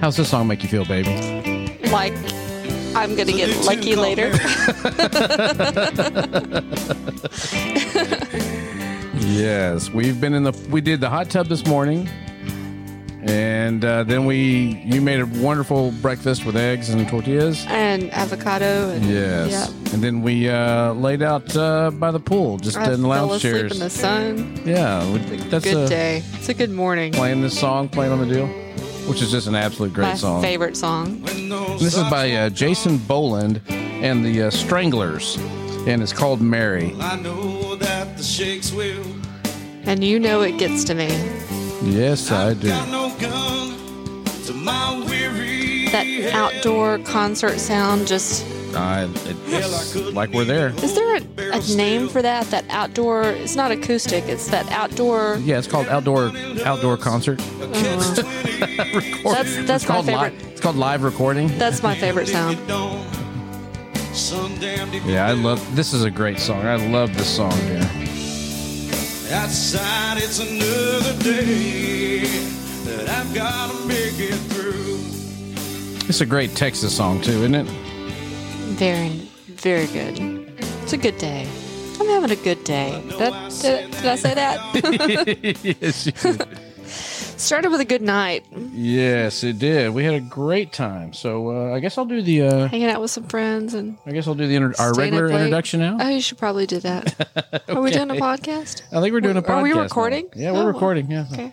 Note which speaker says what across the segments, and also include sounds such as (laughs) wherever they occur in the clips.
Speaker 1: How's this song make you feel, baby?
Speaker 2: Like I'm gonna get lucky later.
Speaker 1: Yes, we've been in the we did the hot tub this morning, and uh, then we you made a wonderful breakfast with eggs and tortillas.
Speaker 2: (laughs) and avocado. And,
Speaker 1: Yes,
Speaker 2: Yeah.
Speaker 1: and then we uh, laid out uh, by the pool, just
Speaker 2: I
Speaker 1: in
Speaker 2: fell
Speaker 1: lounge
Speaker 2: asleep
Speaker 1: chairs.
Speaker 2: in the sun.
Speaker 1: yeah, we- that's
Speaker 2: good
Speaker 1: a,
Speaker 2: day. It's a good morning.
Speaker 1: playing this song, playing on the deal, which is just an absolute great
Speaker 2: My
Speaker 1: song.
Speaker 2: favorite song.
Speaker 1: This is by uh, Jason Boland and the uh, Stranglers, and it's called Mary.
Speaker 3: I know that the shakes will.
Speaker 2: And you know it gets to me.
Speaker 1: Yes, I do.
Speaker 3: Got no gun to my weary
Speaker 2: That
Speaker 3: head.
Speaker 2: outdoor concert sound just
Speaker 1: I, it's like we're there.
Speaker 2: is there a, a name for that? That outdoor it's not acoustic, it's that outdoor
Speaker 1: Yeah, it's called outdoor outdoor concert. (laughs)
Speaker 2: That's- that's
Speaker 1: it's called
Speaker 2: my
Speaker 1: li-
Speaker 2: favorite.
Speaker 1: it's called live recording.
Speaker 2: that's my favorite sound.
Speaker 3: Some damned if you
Speaker 1: Yeah, I
Speaker 3: do.
Speaker 1: love. This is a great song. I love this song. Yeah.
Speaker 3: Outside, it's another day that I've got to make it through.
Speaker 1: It's a great Texas song too, isn't it?
Speaker 2: Very very good. It's a good day. I'm having a good day. That, did, did I say that?
Speaker 1: (laughs) yes,
Speaker 2: (laughs) Started with a good night,
Speaker 1: yes, it did. We had a great time. So uh, I guess I'll do the. Uh,
Speaker 2: hanging out with some friends and
Speaker 1: I guess I'll do the inter- our
Speaker 2: Staying up
Speaker 1: regular
Speaker 2: late.
Speaker 1: introduction now.
Speaker 2: Oh, you should probably do that.
Speaker 1: (laughs)
Speaker 2: Are we doing a podcast?
Speaker 1: I think we're doing a podcast.
Speaker 2: Are we
Speaker 1: now.
Speaker 2: recording?
Speaker 1: Yeah, we're
Speaker 2: Oh.
Speaker 1: recording. Yeah.
Speaker 2: Okay.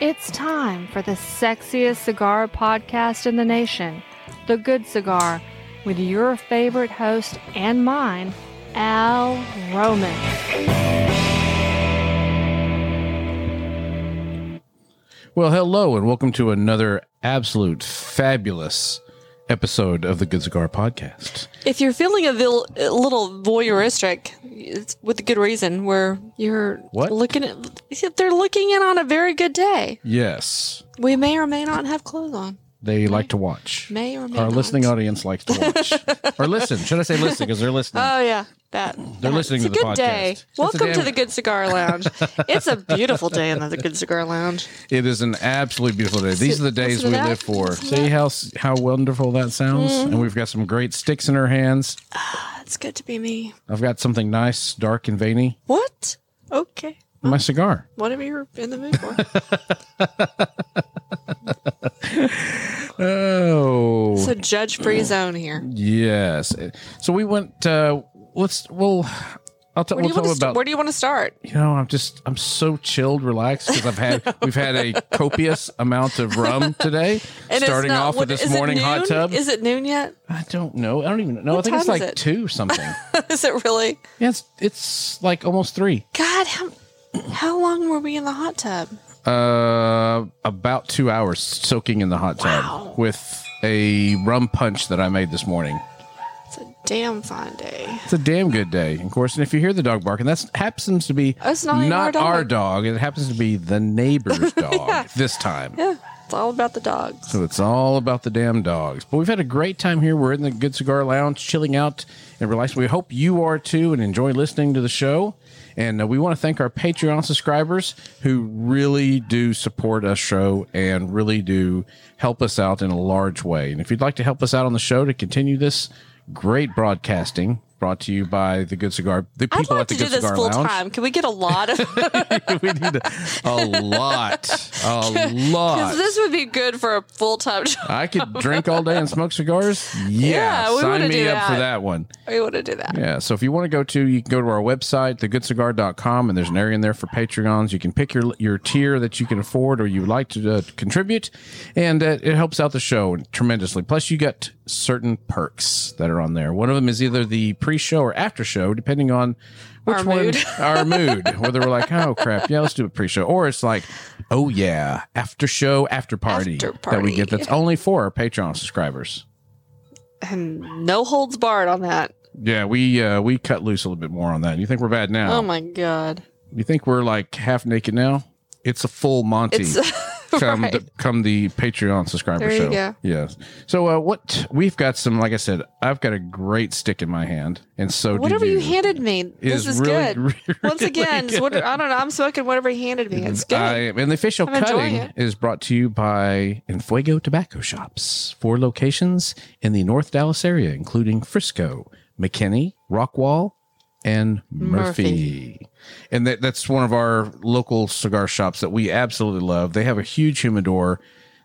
Speaker 4: It's time for the sexiest cigar podcast in the nation, The Good Cigar, with your favorite host and mine, Al Roman.
Speaker 1: Well, hello and welcome to another absolute fabulous episode of the Good Cigar Podcast.
Speaker 2: If you're feeling a, vil- a little voyeuristic, it's with good reason, where you're
Speaker 1: What?
Speaker 2: looking at, if they're looking in on a very good day,
Speaker 1: Yes,
Speaker 2: we may or may not have clothes on.
Speaker 1: they like to watch.
Speaker 2: May or may
Speaker 1: Our
Speaker 2: not.
Speaker 1: listening audience likes to watch
Speaker 2: (laughs)
Speaker 1: or listen. Should I say listen? Because they're listening.
Speaker 2: Oh yeah, that
Speaker 1: They're
Speaker 2: that-
Speaker 1: listening
Speaker 2: It's
Speaker 1: to
Speaker 2: a
Speaker 1: the
Speaker 2: good
Speaker 1: podcast.
Speaker 2: day.
Speaker 1: It's a
Speaker 2: Welcome to
Speaker 1: damn-
Speaker 2: the Good Cigar Lounge.
Speaker 1: (laughs)
Speaker 2: it's a beautiful day in the Good Cigar Lounge.
Speaker 1: it is an absolutely beautiful day. These are the days we
Speaker 2: listen to that. Mm-hmm.
Speaker 1: live for.
Speaker 2: Listen to
Speaker 1: See how how wonderful that sounds. And we've got some great sticks in our hands.
Speaker 2: It's good to be me.
Speaker 1: I've got something nice, dark and veiny.
Speaker 2: What? Okay,
Speaker 1: in My cigar.
Speaker 2: whatever you're in the mood for.
Speaker 1: Oh, (laughs)
Speaker 2: It's a judge-free zone here.
Speaker 1: yes. So we went. Uh, let's. Well, I'll t-
Speaker 2: Where
Speaker 1: we'll
Speaker 2: do you want to
Speaker 1: talk
Speaker 2: st-
Speaker 1: about.
Speaker 2: where do you want to start?
Speaker 1: you know, I'm just. I'm so chilled, relaxed because I've had. We've had a copious amount of rum today.
Speaker 2: (laughs) And it's
Speaker 1: starting
Speaker 2: not-
Speaker 1: off
Speaker 2: what-
Speaker 1: with this
Speaker 2: is it
Speaker 1: morning hot
Speaker 2: noon?
Speaker 1: tub.
Speaker 2: Is it noon yet? (laughs)
Speaker 1: I don't know. I don't even know.
Speaker 2: What
Speaker 1: I think it's
Speaker 2: time is
Speaker 1: like
Speaker 2: it?
Speaker 1: two
Speaker 2: (laughs)
Speaker 1: something.
Speaker 2: is it really?
Speaker 1: yeah, it's, it's like almost three.
Speaker 2: God, how, how long were we in the hot tub?
Speaker 1: Uh, about two hours soaking in the hot tub
Speaker 2: Wow.
Speaker 1: with a rum punch that I made this morning.
Speaker 2: It's a damn fine day.
Speaker 1: It's a damn good day, of course. And if you hear the dog barking, that happens to be
Speaker 2: That's not even our dog.
Speaker 1: our dog. It happens to be the
Speaker 2: (laughs)
Speaker 1: neighbor's dog this time.
Speaker 2: Yeah, it's all about the dogs.
Speaker 1: So it's all about the damn dogs. But we've had a great time here. We're in the Good Cigar Lounge, chilling out and relaxing. We hope you are too and enjoy listening to the show. And uh, we want to thank our Patreon subscribers who really do support our show and really do help us out in a large way. And if you'd like to help us out on the show to continue this great broadcasting, brought to you by the Good Cigar, the
Speaker 2: I'd
Speaker 1: people
Speaker 2: like
Speaker 1: at the
Speaker 2: to do
Speaker 1: Good
Speaker 2: this
Speaker 1: Cigar
Speaker 2: full
Speaker 1: Lounge.
Speaker 2: time. Can we get
Speaker 1: (laughs)
Speaker 2: a lot of? (laughs)
Speaker 1: we need a, a lot,
Speaker 2: (laughs)
Speaker 1: a lot.
Speaker 2: Because this would be good for a full time job.
Speaker 1: I could drink all day and smoke cigars. Yeah,
Speaker 2: (laughs) Yeah, we
Speaker 1: sign
Speaker 2: wanna
Speaker 1: me
Speaker 2: do
Speaker 1: up for
Speaker 2: that.
Speaker 1: that one.
Speaker 2: (laughs) We want to do that.
Speaker 1: Yeah, so if you want to go to, you can go to our website, thegoodcigar.com, and there's an area in there for Patreons. You can pick your your tier that you can afford or you would like to uh, contribute, and uh, it helps out the show tremendously. Plus, you get certain perks that are on there. One of them is either the pre-show or after-show, depending on which
Speaker 2: Our
Speaker 1: one
Speaker 2: mood.
Speaker 1: (laughs) our mood. Whether we're like, oh crap, yeah, let's do a pre-show, or it's like, oh yeah, after-show, after-party
Speaker 2: After
Speaker 1: that we
Speaker 2: party.
Speaker 1: get. That's only for our Patreon subscribers.
Speaker 2: And no holds barred on that.
Speaker 1: Yeah, we uh, we cut loose a little bit more on that. You think we're bad now?
Speaker 2: Oh my god. (laughs)
Speaker 1: You think we're like half naked now? It's a full Monty.
Speaker 2: It's
Speaker 1: come
Speaker 2: Right.
Speaker 1: the, come the Patreon subscriber
Speaker 2: There you
Speaker 1: show.
Speaker 2: go.
Speaker 1: Yes. So uh, what we've got some like I said, I've got a great stick in my hand, and so do
Speaker 2: Whatever you
Speaker 1: you
Speaker 2: handed me,
Speaker 1: is
Speaker 2: this is
Speaker 1: really-
Speaker 2: good.
Speaker 1: (laughs)
Speaker 2: Once
Speaker 1: really
Speaker 2: again, it's what, I don't know. I'm smoking whatever he handed me. It's good. (laughs)
Speaker 1: I- and the official
Speaker 2: I'm enjoying
Speaker 1: cutting
Speaker 2: it.
Speaker 1: is brought to you by Enfuego Tobacco Shops, four locations in the North Dallas area, including Frisco, McKinney, Rockwall, and Murphy. And that, that's one of our local cigar shops that we absolutely love. They have a huge humidor.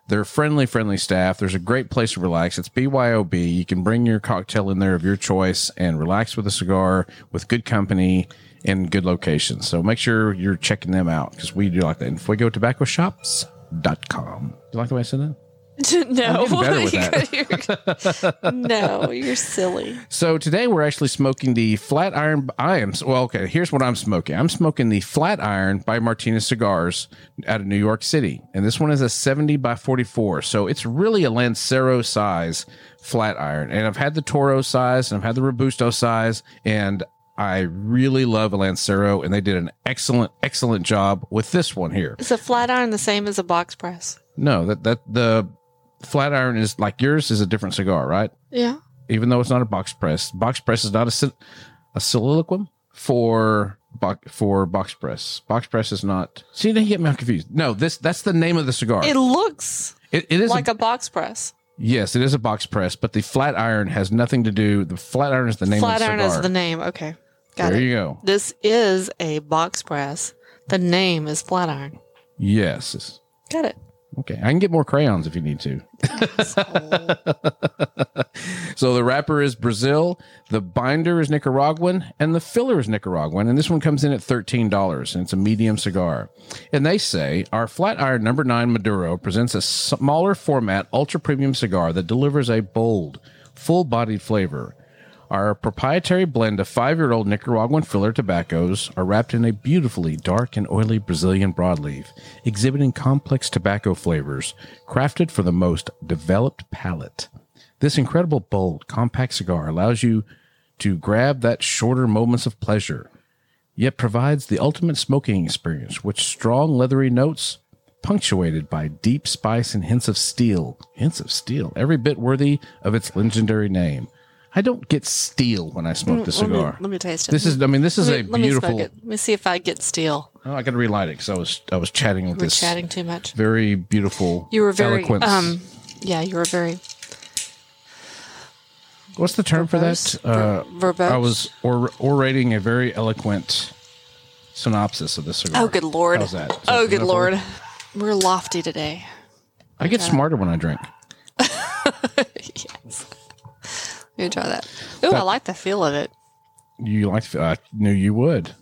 Speaker 1: They're friendly, friendly staff. There's a great place to relax. It's BYOB. You can bring your cocktail in there of your choice and relax with a cigar with good company and good location. So make sure you're checking them out because we do like that. And FuegoTobaccoShops.com. Do you like the way I said that?
Speaker 2: no.
Speaker 1: getting better with
Speaker 2: (laughs)
Speaker 1: that.
Speaker 2: You're-
Speaker 1: (laughs)
Speaker 2: no, you're silly.
Speaker 1: So today we're actually smoking the flat iron. I am well. Okay, here's what I'm smoking. I'm smoking the flat iron by Martinez Cigars out of New York City, and this one is a 70 by 44. So it's really a Lancero size flat iron. And I've had the Toro size, and I've had the Robusto size, and I really love a Lancero, and they did an excellent, excellent job with this one here.
Speaker 2: Is a flat iron the same as a box press?
Speaker 1: No, that that the flat iron is like yours is a different cigar, right?
Speaker 2: Yeah.
Speaker 1: even though it's not a box press. Box press is not a sil- a soliloquy for bo- for box press. Box press is not. See, now you get me all confused. No, this that's the name of the cigar.
Speaker 2: It looks
Speaker 1: It- it is
Speaker 2: like
Speaker 1: a,
Speaker 2: a, box press.
Speaker 1: yes, it is a box press, but the flat iron has nothing to do. The flat iron is the name
Speaker 2: Flat
Speaker 1: of the
Speaker 2: iron
Speaker 1: cigar.
Speaker 2: is the name. Okay. Got
Speaker 1: there
Speaker 2: it.
Speaker 1: you go.
Speaker 2: This is a box press. The name is flat iron.
Speaker 1: Yes. it's-
Speaker 2: Got it.
Speaker 1: Okay, I can get more crayons if you need to. (laughs)
Speaker 2: So-
Speaker 1: So the wrapper is Brazil, the binder is Nicaraguan, and the filler is Nicaraguan. And this one comes in at $13, and it's a medium cigar. And they say our flat iron number nine Maduro presents a smaller format, ultra premium cigar that delivers a bold, full bodied flavor. Our proprietary blend of five year old Nicaraguan filler tobaccos are wrapped in a beautifully dark and oily Brazilian broadleaf, exhibiting complex tobacco flavors crafted for the most developed palate. This incredible, bold, compact cigar allows you to grab that shorter moments of pleasure, yet provides the ultimate smoking experience with strong, leathery notes punctuated by deep spice and hints of steel. Hints of steel, every bit worthy of its legendary name. I don't get steel when I smoke this
Speaker 2: Mm, let, me,
Speaker 1: cigar.
Speaker 2: let me taste it.
Speaker 1: This is, I mean, this is
Speaker 2: let
Speaker 1: a
Speaker 2: me, let me smoke
Speaker 1: beautiful.
Speaker 2: it. Let me see if I get steel.
Speaker 1: Oh, I got to relight it because I was, I was chatting with
Speaker 2: We're
Speaker 1: this
Speaker 2: chatting too much.
Speaker 1: very beautiful.
Speaker 2: You were very
Speaker 1: eloquence.
Speaker 2: um yeah, you were very
Speaker 1: What's the term
Speaker 2: verbose.
Speaker 1: for that? Uh,
Speaker 2: Ver- verbose.
Speaker 1: I was or- orating a very eloquent synopsis of this cigar.
Speaker 2: Oh good lord.
Speaker 1: How's that? Is that
Speaker 2: oh good
Speaker 1: enough
Speaker 2: lord.
Speaker 1: for-
Speaker 2: We're lofty today. (laughs)
Speaker 1: I get smarter when I drink.
Speaker 2: Let me try that. Ooh, I like the feel of it.
Speaker 1: You like? to- I knew you would.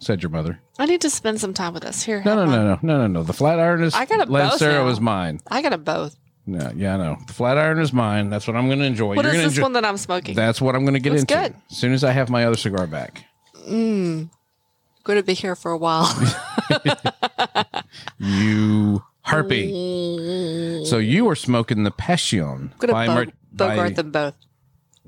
Speaker 1: Said your mother.
Speaker 2: I need to spend some time with this. Here.
Speaker 1: No,
Speaker 2: have
Speaker 1: no,
Speaker 2: one.
Speaker 1: no, no, no, no, no. The flat iron is.
Speaker 2: I got it both
Speaker 1: Lancero
Speaker 2: now.
Speaker 1: is mine.
Speaker 2: I got a both.
Speaker 1: No, yeah, I know. The flat iron is mine. That's what I'm going to enjoy.
Speaker 2: What
Speaker 1: You're
Speaker 2: is
Speaker 1: going to
Speaker 2: this
Speaker 1: enjoy.
Speaker 2: one that I'm smoking?
Speaker 1: That's what I'm going to get
Speaker 2: Looks
Speaker 1: into.
Speaker 2: good.
Speaker 1: As soon as I have my other cigar back.
Speaker 2: going to be here for
Speaker 1: (laughs)
Speaker 2: a while.
Speaker 1: You harpy. so you were smoking the Passion
Speaker 2: going
Speaker 1: by
Speaker 2: to
Speaker 1: Mar-
Speaker 2: bo-
Speaker 1: by-
Speaker 2: bogart them both.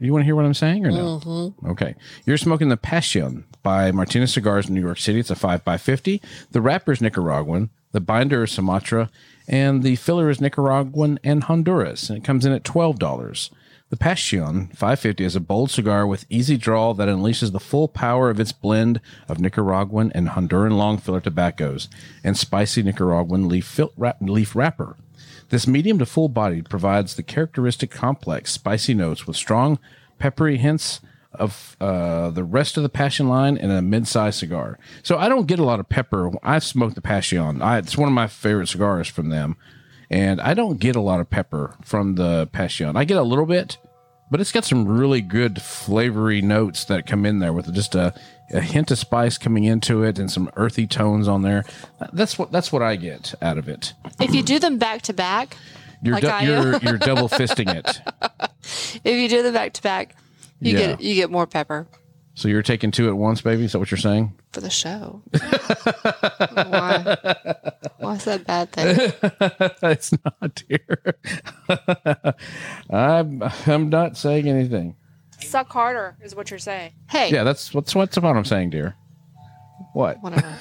Speaker 1: You want to hear what I'm saying or no? Okay. You're smoking the Passion by Martinez Cigars in New York City. It's a 5x50. The wrapper is Nicaraguan. The binder is Sumatra. And the filler is Nicaraguan and Honduras. And it comes in at $12. The Passion 550 is a bold cigar with easy draw that unleashes the full power of its blend of Nicaraguan and Honduran long filler tobaccos and spicy Nicaraguan leaf, fil- wrap- leaf wrapper. This medium to full body provides the characteristic complex spicy notes with strong peppery hints of uh, the rest of the passion line and a mid-sized cigar. So I don't get a lot of pepper. I smoke the passion. I, it's one of my favorite cigars from them, and I don't get a lot of pepper from the passion. I get a little bit, but it's got some really good flavory notes that come in there with just a, a hint of spice coming into it and some earthy tones on there. That's what that's what I get out of it.
Speaker 2: If you do them back to back,
Speaker 1: You're
Speaker 2: Like
Speaker 1: dou-
Speaker 2: I am.
Speaker 1: you're you're double fisting (laughs) it.
Speaker 2: if you do them back to back, you
Speaker 1: Yeah.
Speaker 2: get you get more pepper
Speaker 1: So you're taking two at once, baby. Is that what you're saying?
Speaker 2: for the show. Why? Why is that a bad thing?
Speaker 1: (laughs) It's not, dear. (laughs) I'm I'm not saying anything.
Speaker 4: Suck harder is what you're saying.
Speaker 2: Hey,
Speaker 1: Yeah, that's what's what's what I'm saying, dear. What? (laughs)
Speaker 2: whatever.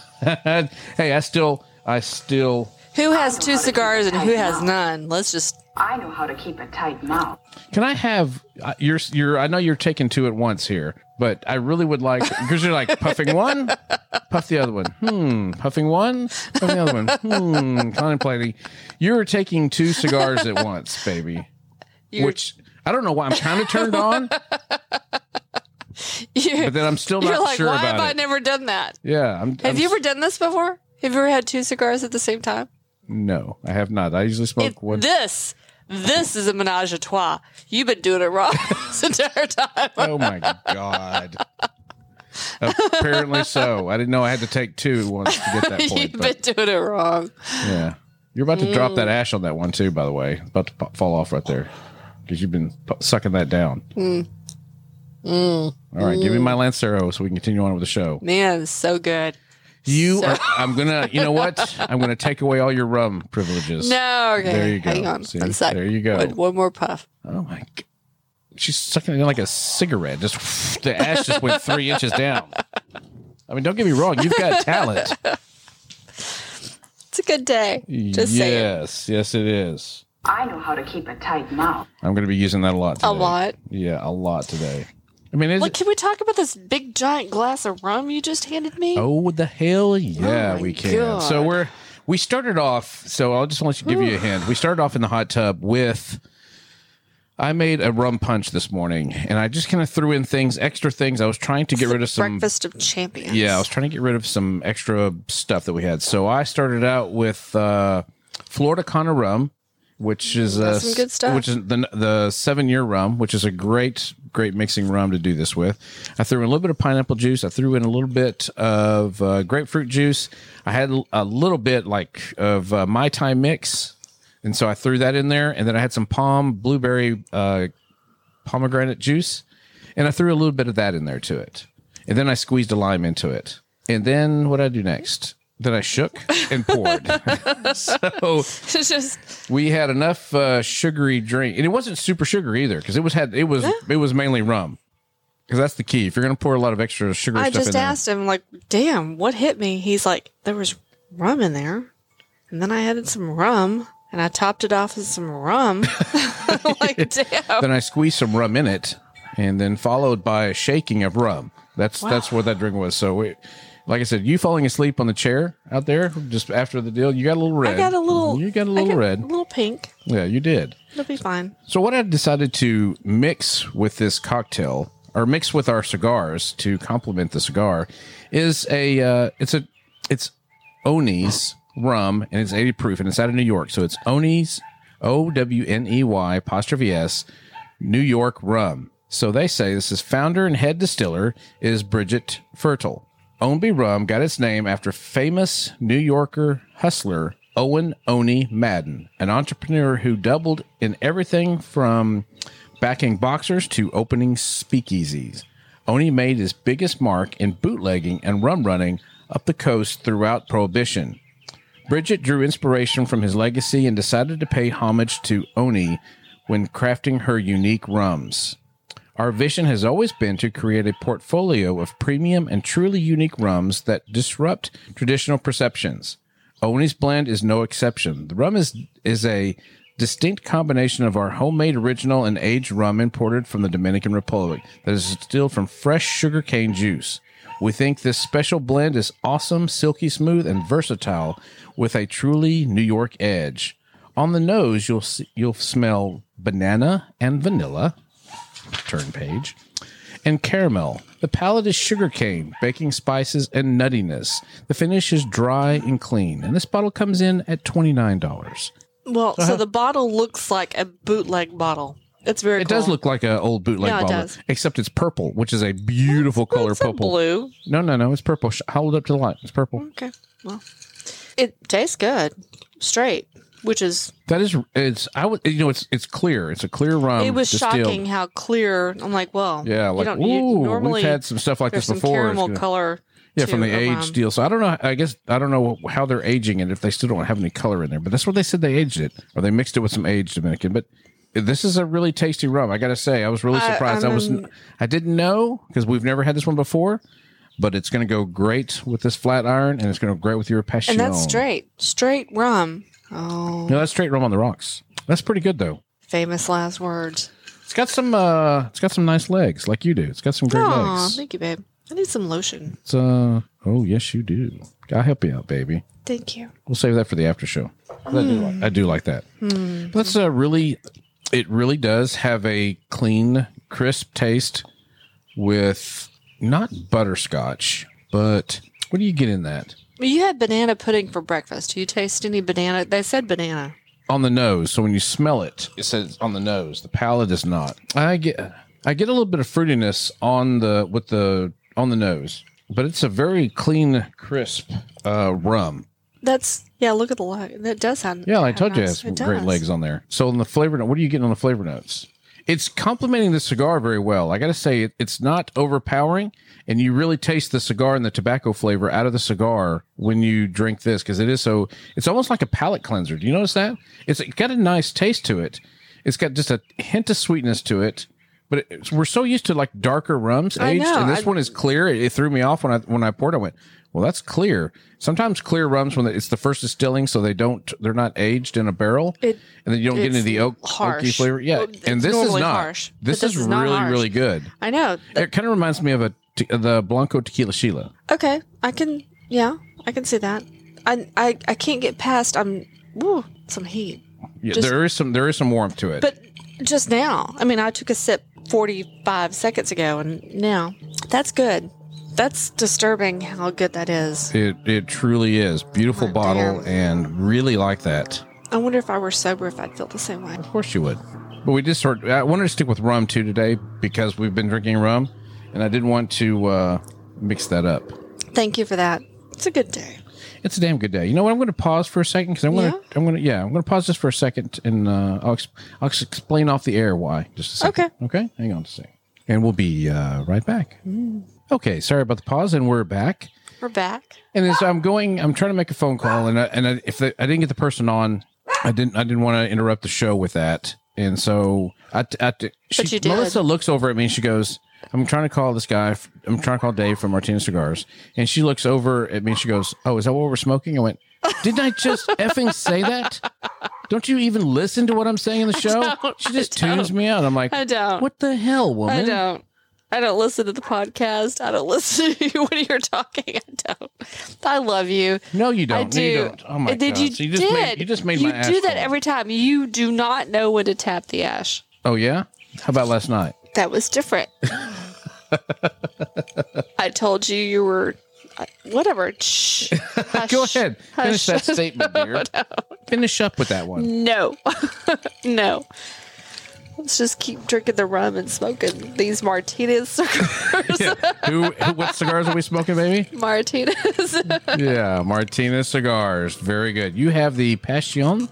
Speaker 1: hey, I still I still
Speaker 2: (laughs) Who has two cigars and who has none? Let's just.
Speaker 5: I know how to keep a tight mouth.
Speaker 1: Can I have uh, your your? I know you're taking two at once here, but I really would like because you're like puffing one, puff the other one. Hmm, puffing one, puff the other one. Hmm, contemplating. You're taking two cigars at once, baby.
Speaker 2: You're-
Speaker 1: Which I don't know why I'm kind of turned on,
Speaker 2: (laughs) You're,
Speaker 1: but then I'm still
Speaker 2: (laughs) you're
Speaker 1: not
Speaker 2: like,
Speaker 1: sure
Speaker 2: why
Speaker 1: about
Speaker 2: have I
Speaker 1: it.
Speaker 2: never done that?
Speaker 1: yeah, I'm,
Speaker 2: Have
Speaker 1: I'm
Speaker 2: you
Speaker 1: s-
Speaker 2: ever done this before? Have you ever had two cigars at the same time?
Speaker 1: No, I have not. I usually smoke
Speaker 2: It-
Speaker 1: one.
Speaker 2: This, this is a menage a trois. You've been doing it wrong (laughs) this entire time.
Speaker 1: (laughs) oh my
Speaker 2: (laughs)
Speaker 1: god. Apparently so. I didn't know I had to take two at once to get
Speaker 2: (laughs)
Speaker 1: that point.
Speaker 2: You've
Speaker 1: but-
Speaker 2: been doing it wrong.
Speaker 1: Yeah. You're about to drop
Speaker 2: Mm.
Speaker 1: that ash on that one too, by the way. About to pop, fall off right there because you've been p- sucking that down.
Speaker 2: Hmm.
Speaker 1: All right, give me my Lancero so we can continue on with the show.
Speaker 2: Man, it's so good.
Speaker 1: You,
Speaker 2: So-
Speaker 1: are, I'm gonna, you know what? I'm gonna take away all your rum privileges.
Speaker 2: No, okay.
Speaker 1: There you go.
Speaker 2: Hang on.
Speaker 1: See?
Speaker 2: One sec.
Speaker 1: There you go.
Speaker 2: One, one more puff.
Speaker 1: Oh my! g- She's sucking it in like a cigarette. Just the ash just went three inches down. I mean, don't get me wrong. You've got talent.
Speaker 2: It's a good day. Just saying.
Speaker 1: yes, yes, it is.
Speaker 5: I know how to keep a tight mouth.
Speaker 1: I'm gonna be using that a lot. Today.
Speaker 2: A lot.
Speaker 1: Yeah, a lot today. I mean, is
Speaker 2: Look, can we talk about this big giant glass of rum you just handed me?
Speaker 1: Oh, the hell yeah,
Speaker 2: Oh my
Speaker 1: we can. So
Speaker 2: God.
Speaker 1: we're we started off. So I'll just want you give you a hint. We started off in the hot tub with. I made a rum punch this morning, and I just kind of threw in things, extra things. I was trying to get rid of some.
Speaker 2: Breakfast of champions.
Speaker 1: Yeah, I was trying to get rid of some extra stuff that we had. So I started out with uh, Florida Cana rum, which is uh,
Speaker 2: That's some good stuff.
Speaker 1: Which is the the seven year rum, which is a great great mixing rum to do this with. I threw in a little bit of pineapple juice. I threw in a little bit of uh, grapefruit juice. I had a little bit like of uh, my tai mix, and so I threw that in there. And then I had some palm blueberry uh, pomegranate juice, and I threw a little bit of that in there to it, and then I squeezed a lime into it, and then what I do next? Then I shook and poured. (laughs) so
Speaker 2: it's (laughs) just
Speaker 1: we had enough uh, sugary drink, and it wasn't super sugar either because it was had it was it was mainly rum. Because that's the key. If you're going to pour a lot of extra sugar stuff
Speaker 2: I
Speaker 1: in
Speaker 2: just
Speaker 1: there,
Speaker 2: asked him, like, damn, what hit me? He's like, there was rum in there. And then I added some rum and I topped it off with some
Speaker 1: (laughs)
Speaker 2: rum. (laughs) like, damn.
Speaker 1: then I squeezed some rum in it, and then followed by a shaking of rum. That's that's what that drink was. So, it, like I said, you falling asleep on the chair out there just after the deal, you got a little red.
Speaker 2: I got a little.
Speaker 1: You got a
Speaker 2: I
Speaker 1: little
Speaker 2: A
Speaker 1: red.
Speaker 2: little pink.
Speaker 1: Yeah, you did.
Speaker 2: It'll be fine.
Speaker 1: So what I decided to mix with this cocktail, or mix with our cigars to complement the cigar, is a uh, it's a it's Oni's rum, and it's eighty proof, and it's out of New York. So it's Oni's O W N E Y apostrophe S New York rum. So they say this is founder and head distiller is Bridget Fertile. Ownby Rum got its name after famous New Yorker hustler Owen Oni Madden, an entrepreneur who doubled in everything from backing boxers to opening speakeasies. Oni made his biggest mark in bootlegging and rum running up the coast throughout Prohibition. Bridget drew inspiration from his legacy and decided to pay homage to Oni when crafting her unique rums. Our vision has always been to create a portfolio of premium and truly unique rums that disrupt traditional perceptions. Oni's blend is no exception. The rum is is a distinct combination of our homemade original and aged rum imported from the Dominican Republic that is distilled from fresh sugarcane juice. We think this special blend is awesome, silky smooth, and versatile with a truly New York edge. On the nose, you'll s- you'll smell banana and vanilla turn page, and caramel. The palate is sugarcane, baking spices, and nuttiness. The finish is dry and clean, and this bottle comes in at twenty nine dollars.
Speaker 2: Well,
Speaker 1: Uh-huh.
Speaker 2: so the bottle looks like a bootleg bottle. It's very
Speaker 1: It does
Speaker 2: cool.
Speaker 1: look like an old bootleg
Speaker 2: Yeah, it
Speaker 1: bottle,
Speaker 2: does.
Speaker 1: except it's purple, which is a beautiful color.
Speaker 2: It's a
Speaker 1: purple.
Speaker 2: blue.
Speaker 1: No, no, no, it's purple. Sh- Hold it up to the light. It's purple.
Speaker 2: Okay. Well, it tastes good straight, which is
Speaker 1: That is, it's. I would, you know, it's it's clear. It's a clear rum.
Speaker 2: it was
Speaker 1: distilled.
Speaker 2: shocking how clear. I'm like, well,
Speaker 1: Um, Yeah, like
Speaker 2: you don't,
Speaker 1: ooh,
Speaker 2: you- normally
Speaker 1: we've had some stuff like
Speaker 2: there's
Speaker 1: this
Speaker 2: some
Speaker 1: before. It's
Speaker 2: caramel
Speaker 1: gonna-
Speaker 2: color. um,
Speaker 1: Yeah,
Speaker 2: to
Speaker 1: from the
Speaker 2: a
Speaker 1: age
Speaker 2: rum.
Speaker 1: deal. So I don't know. I guess I don't know how they're aging it if they still don't have any color in there. But that's what they said they aged it, or they mixed it with some aged Dominican. But this is a really tasty rum. I gotta say, I was really
Speaker 2: I- um,
Speaker 1: surprised. I,
Speaker 2: I'm
Speaker 1: was
Speaker 2: in-
Speaker 1: I didn't know because we've never had this one before. but it's going to go great with this flat iron, and it's going to go great with your passion.
Speaker 2: And that's straight, straight rum. Oh,
Speaker 1: No, that's straight rum on the rocks. That's pretty good though.
Speaker 2: famous last words.
Speaker 1: It's got some. uh It's got some nice legs, like you do. It's got some great
Speaker 2: Oh,
Speaker 1: legs.
Speaker 2: thank you, babe. I need some lotion.
Speaker 1: It's, uh, oh yes, you do. I'll help you out, baby.
Speaker 2: Thank you.
Speaker 1: We'll save that for the after show. I, do like, I do like that. That's a really, it really does have a clean, crisp taste with not butterscotch, but what do you get in that?
Speaker 2: You had banana pudding for breakfast. Do you taste any banana? They said banana.
Speaker 1: On the nose. So when you smell it, it says on the nose. The palate is not. I get, I get a little bit of fruitiness on the with the on the nose, but it's a very clean, crisp uh, rum.
Speaker 2: That's yeah. Look at the light. That does have
Speaker 1: Yeah, I
Speaker 2: have
Speaker 1: told you it
Speaker 2: nice-
Speaker 1: has great
Speaker 2: does.
Speaker 1: legs on there. So on the flavor note, what are you getting on the flavor notes? It's complementing the cigar very well. I got to say, it, it's not overpowering, and you really taste the cigar and the tobacco flavor out of the cigar when you drink this because it is so. It's almost like a palate cleanser. Do you notice that? It's got a nice taste to it. It's got just a hint of sweetness to it. But it, we're so used to like darker rums
Speaker 2: I
Speaker 1: aged,
Speaker 2: know,
Speaker 1: and this
Speaker 2: I-
Speaker 1: one is clear. It, it threw me off when I when I poured. it. I went, well, that's clear. Sometimes clear rums when it's the first distilling, so they don't they're not aged in a barrel,
Speaker 2: It-
Speaker 1: and then you don't get
Speaker 2: it's
Speaker 1: any of the oak oaky
Speaker 2: harsh.
Speaker 1: flavor. Yeah,
Speaker 2: Well,
Speaker 1: and
Speaker 2: it's
Speaker 1: this is
Speaker 2: normally
Speaker 1: not.
Speaker 2: harsh, but
Speaker 1: this,
Speaker 2: this
Speaker 1: is,
Speaker 2: is not
Speaker 1: really
Speaker 2: harsh.
Speaker 1: really good.
Speaker 2: I know. Th-
Speaker 1: It kind of reminds me of a te- the Blanco Tequila Sheila.
Speaker 2: Okay, I can. Yeah, I can see that. I I, I can't get past. I'm woo, some heat.
Speaker 1: Yeah,
Speaker 2: Just-
Speaker 1: there is some there is some warmth to it.
Speaker 2: But just now, I mean, I took a sip 45 seconds ago, and now that's good. That's disturbing how good that is.
Speaker 1: it it truly is beautiful
Speaker 2: Oh,
Speaker 1: bottle,
Speaker 2: damn.
Speaker 1: and really like that.
Speaker 2: I wonder if I were sober if I'd feel the same way.
Speaker 1: Of course you would. But we just sort. I wanted to stick with rum too today because we've been drinking rum, and I didn't want to uh, mix that up.
Speaker 2: Thank you for that. It's a good day.
Speaker 1: It's a damn good day. You know what? I'm going to pause for a second because I'm going
Speaker 2: Yeah?
Speaker 1: to. I'm going to. Yeah, I'm going to pause just for a second, and uh, I'll, ex- I'll ex- explain off the air why. Just a second.
Speaker 2: Okay.
Speaker 1: Okay. Hang on a second, and we'll be uh, right back.
Speaker 2: Mm.
Speaker 1: Okay. Sorry about the pause, and we're back.
Speaker 2: We're back.
Speaker 1: And as I'm going, I'm trying to make a phone call, and I, and I, if the, I didn't get the person on, I didn't I didn't want to interrupt the show with that, and so I, t- I t- she,
Speaker 2: you did.
Speaker 1: Melissa looks over at me and she goes, "I'm trying to call this guy. f- I'm trying to call Dave from Martinez Cigars," and she looks over at me and she goes, "Oh, is that what we're smoking?" I went, "Didn't I
Speaker 2: (laughs)
Speaker 1: just effing say that?" Don't you even listen to what I'm saying in the show?
Speaker 2: don't.
Speaker 1: She just
Speaker 2: I don't.
Speaker 1: tunes me out. I'm like,
Speaker 2: I don't.
Speaker 1: What the hell, woman?
Speaker 2: I (laughs) don't. I don't listen to the podcast. I don't (laughs) listen to you when you're talking. I don't. I love you.
Speaker 1: No, you don't.
Speaker 2: I
Speaker 1: No,
Speaker 2: do.
Speaker 1: you don't. Oh my
Speaker 2: And then
Speaker 1: god!
Speaker 2: You,
Speaker 1: So you just
Speaker 2: did.
Speaker 1: made you just made my
Speaker 2: You
Speaker 1: ass
Speaker 2: do that
Speaker 1: fall.
Speaker 2: every time. You do not know when to tap the ash.
Speaker 1: Oh yeah. How about last night?
Speaker 2: That
Speaker 1: (laughs)
Speaker 2: was different. I told you you were I- whatever. Shh.
Speaker 1: (laughs)
Speaker 2: Hush.
Speaker 1: Go ahead. Finish
Speaker 2: Hush.
Speaker 1: that
Speaker 2: (laughs)
Speaker 1: statement, dear. Finish up with that one.
Speaker 2: No. (laughs) no. Let's just keep drinking the rum and smoking these martinis. (laughs) cigars.
Speaker 1: Who, who? What cigars are we smoking, baby?
Speaker 2: martinis. (laughs)
Speaker 1: Yeah, Martinez cigars. Very good. You have the Passion,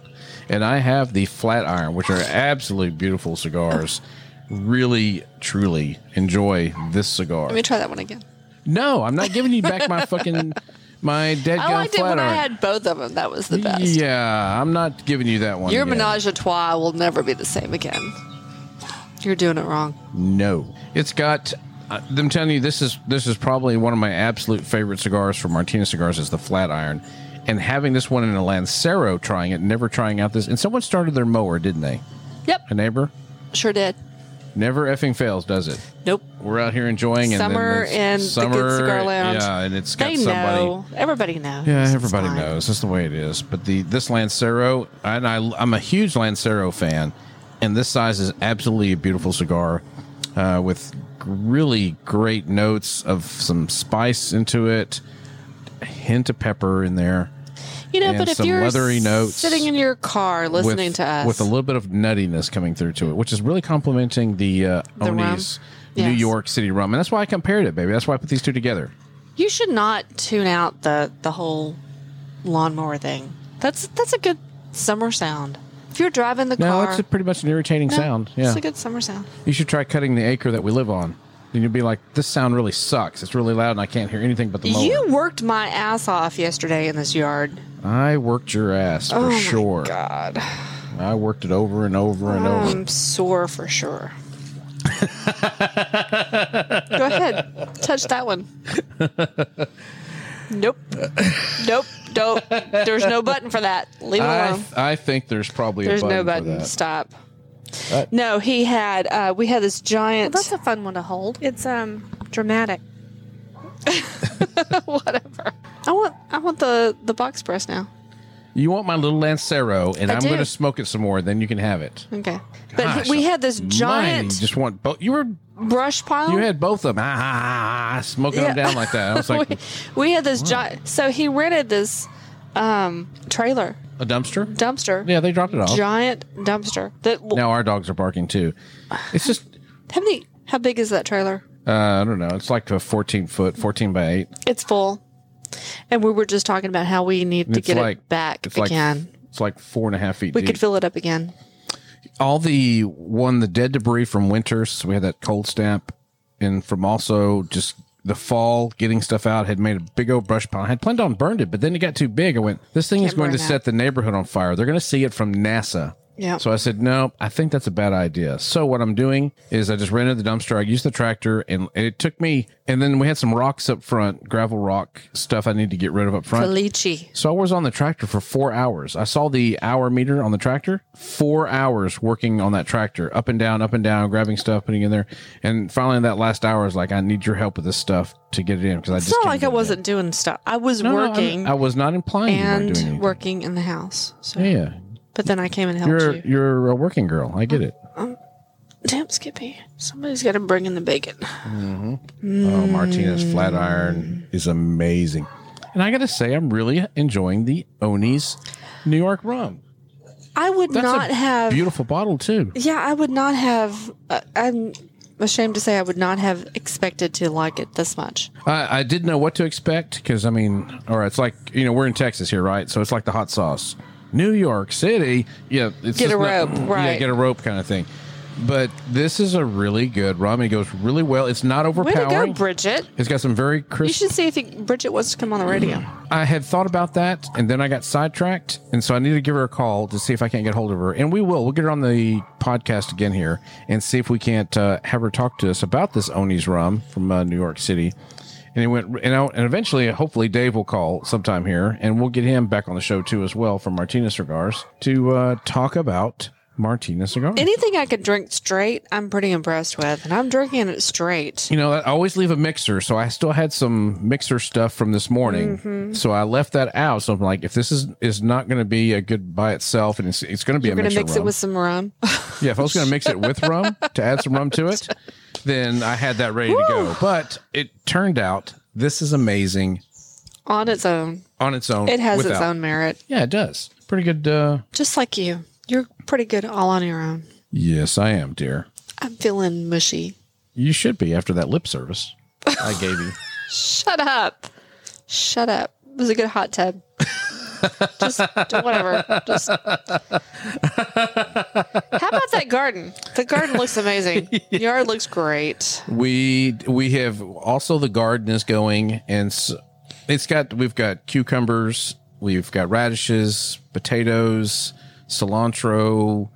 Speaker 1: and I have the Flat Iron, which are absolute beautiful cigars. Really, truly enjoy this cigar.
Speaker 2: Let me try that one again.
Speaker 1: No, I'm not giving you back my fucking my dead
Speaker 2: (laughs) I
Speaker 1: gun
Speaker 2: liked it
Speaker 1: Flat
Speaker 2: when I
Speaker 1: Iron.
Speaker 2: had both of them. That was the best.
Speaker 1: yeah, I'm not giving you that one.
Speaker 2: Your
Speaker 1: again.
Speaker 2: menage a trois will never be the same again. You're doing it wrong.
Speaker 1: No, it's got. Uh, I'm telling you, this is this is probably one of my absolute favorite cigars from Martinez Cigars is the Flat Iron, and having this one in a Lancero, trying it, never trying out this, and someone started their mower, didn't they?
Speaker 2: Yep,
Speaker 1: A neighbor
Speaker 2: sure did.
Speaker 1: never effing fails, does it?
Speaker 2: Nope.
Speaker 1: We're out here enjoying and then
Speaker 2: Summer
Speaker 1: it's
Speaker 2: and the Good Cigar Lounge.
Speaker 1: yeah, and it's got
Speaker 2: They
Speaker 1: somebody.
Speaker 2: know. Everybody knows.
Speaker 1: Yeah,
Speaker 2: It's
Speaker 1: everybody
Speaker 2: fine.
Speaker 1: knows. That's the way it is. But the this Lancero, and I, I'm a huge Lancero fan, and this size is absolutely a beautiful cigar uh, with really great notes of some spice into it, a hint of pepper in there,
Speaker 2: You know,
Speaker 1: and
Speaker 2: but if
Speaker 1: some
Speaker 2: you're
Speaker 1: leathery notes
Speaker 2: sitting in your car listening
Speaker 1: with,
Speaker 2: to us,
Speaker 1: with a little bit of nuttiness coming through to it, which is really complementing the uh,
Speaker 2: The rum?
Speaker 1: Oni's New
Speaker 2: Yes.
Speaker 1: York City rum, and that's why I compared it, baby. That's why I put these two together.
Speaker 2: you should not tune out the the whole lawnmower thing. That's that's a good summer sound. If you're driving the
Speaker 1: No,
Speaker 2: car,
Speaker 1: it's a pretty much an irritating
Speaker 2: No,
Speaker 1: sound. Yeah,
Speaker 2: it's a good summer sound.
Speaker 1: You should try cutting the acre that we live on. And you'll be like, this sound really sucks. It's really loud and I can't hear anything but the mower.
Speaker 2: You worked my ass off yesterday in this yard.
Speaker 1: I worked your ass for
Speaker 2: oh
Speaker 1: sure.
Speaker 2: my god, Oh,
Speaker 1: I worked it over and over and over.
Speaker 2: I'm sore for sure. Go ahead. Touch that one. Nope. Nope. Don't. There's no button for that. Leave it
Speaker 1: I,
Speaker 2: alone.
Speaker 1: I think there's probably
Speaker 2: There's
Speaker 1: a button
Speaker 2: no
Speaker 1: for
Speaker 2: button.
Speaker 1: that.
Speaker 2: Stop. no, he had. Uh, we had this giant.
Speaker 6: That's a fun one to hold. It's um dramatic.
Speaker 2: whatever. I want. I want the the box press now.
Speaker 1: You want my little Lancero, and
Speaker 2: I
Speaker 1: I'm
Speaker 2: do.
Speaker 1: going to smoke it some more. Then you can have it.
Speaker 2: Okay. but
Speaker 1: Gosh,
Speaker 2: he- we had this
Speaker 1: mine,
Speaker 2: giant
Speaker 1: you just want both. You were
Speaker 2: brush pile.
Speaker 1: you had both of them. Ah, ah, ah, ah, smoking them
Speaker 2: Yeah.
Speaker 1: down like that. I
Speaker 2: (laughs)
Speaker 1: was like
Speaker 2: we, we had this giant. So he rented this um, trailer
Speaker 1: a dumpster.
Speaker 2: dumpster.
Speaker 1: Yeah, they dropped it off.
Speaker 2: Giant dumpster. That
Speaker 1: Oh. Now our dogs are barking too. It's just
Speaker 2: how many? How big is that trailer?
Speaker 1: uh, I don't know. It's like a 14 foot, 14 by eight.
Speaker 2: It's full. And we were just talking about how we need to
Speaker 1: It's
Speaker 2: get
Speaker 1: like-
Speaker 2: it back
Speaker 1: It's like
Speaker 2: again.
Speaker 1: it's like four and a half feet.
Speaker 2: we
Speaker 1: deep.
Speaker 2: could fill it up again.
Speaker 1: all the one the dead debris from winter so we had that cold snap and from also just the fall getting stuff out had made a big old brush pile i had planned on burned it but then it got too big i went this thing is going to
Speaker 2: burn that.
Speaker 1: set the neighborhood on fire they're going to see it from nasa
Speaker 2: Yeah.
Speaker 1: so i said no i think that's a bad idea so what i'm doing is i just rented the dumpster i used the tractor and it took me and then we had some rocks up front gravel rock stuff i need to get rid of up front
Speaker 2: Lychee.
Speaker 1: so I was on the tractor for four hours. I saw the hour meter on the tractor. Four hours working on that tractor, up and down, up and down, grabbing stuff, putting in there, and finally that last hour is like, I need your help with this stuff to get it in because I
Speaker 2: It's
Speaker 1: just
Speaker 2: not
Speaker 1: can't
Speaker 2: like
Speaker 1: get
Speaker 2: I
Speaker 1: it in.
Speaker 2: wasn't doing stuff. I was
Speaker 1: No, no, I'm-
Speaker 2: working
Speaker 1: I was not implying you weren't doing
Speaker 2: and
Speaker 1: anything.
Speaker 2: working in the house. So,
Speaker 1: Yeah,
Speaker 2: but then I came and helped
Speaker 1: you're
Speaker 2: you.
Speaker 1: you're a working girl. I get it.
Speaker 2: Damn, Skippy. Somebody's got to bring in the bacon.
Speaker 1: Oh, Martinez flat
Speaker 2: Mm.
Speaker 1: iron is amazing, and I got to say, I'm really enjoying the Oni's New York rum.
Speaker 2: I would
Speaker 1: That's
Speaker 2: not
Speaker 1: a
Speaker 2: have.
Speaker 1: beautiful bottle too.
Speaker 2: Yeah, I would not have. Uh, I'm ashamed to say I would not have expected to like it this much.
Speaker 1: I, I didn't know what to expect because I mean, or it's like you know we're in Texas here, right? So it's like the hot sauce, New York City. Yeah, it's
Speaker 2: Get
Speaker 1: just
Speaker 2: a
Speaker 1: not-
Speaker 2: rope,
Speaker 1: Yeah,
Speaker 2: right.
Speaker 1: get a rope kind of thing. But this is a really good rum. It goes really well. It's not
Speaker 2: Way to
Speaker 1: overpowering.
Speaker 2: go, Bridget.
Speaker 1: it's got some very
Speaker 2: You
Speaker 1: crisp.
Speaker 2: should see if you, Bridget wants to come on the radio.
Speaker 1: I had thought about that, and then I got sidetracked, and so I need to give her a call to see if I can't get hold of her. And we will. We'll get her on the podcast again here and see if we can't uh, have her talk to us about this Oni's rum from uh, New York City. And it went, and, I, and eventually, hopefully, Dave will call sometime here, and we'll get him back on the show too as well from Martinez Cigars to uh, talk about Martinez Cigars.
Speaker 2: Anything I could drink straight, I'm pretty impressed with, and I'm drinking it straight.
Speaker 1: you know, I always leave a mixer, so I still had some mixer stuff from this morning.
Speaker 2: Mm-hmm.
Speaker 1: So I left that out. So I'm like, if this is is not going to be a good by itself, and it's it's going to be
Speaker 2: We're
Speaker 1: a
Speaker 2: gonna
Speaker 1: mixer
Speaker 2: mix
Speaker 1: rum.
Speaker 2: it with some rum. (laughs)
Speaker 1: yeah, if I was going to mix it with rum to add some rum to it, then I had that ready to go. But it turned out this is amazing
Speaker 2: on its own.
Speaker 1: on its own.
Speaker 2: It has its
Speaker 1: without-
Speaker 2: own merit,
Speaker 1: Yeah, it does. Pretty good. Uh,
Speaker 2: just like you. You're pretty good all on your own.
Speaker 1: yes, I am, dear.
Speaker 2: I'm feeling mushy.
Speaker 1: You should be after that lip service I gave you.
Speaker 2: Shut up. Shut up. It was a good hot tub. just whatever. Just. How about that garden? The garden looks amazing. Yard looks great.
Speaker 1: We we have also the garden is going and s- it's got we've got cucumbers, we've got radishes, potatoes, cilantro.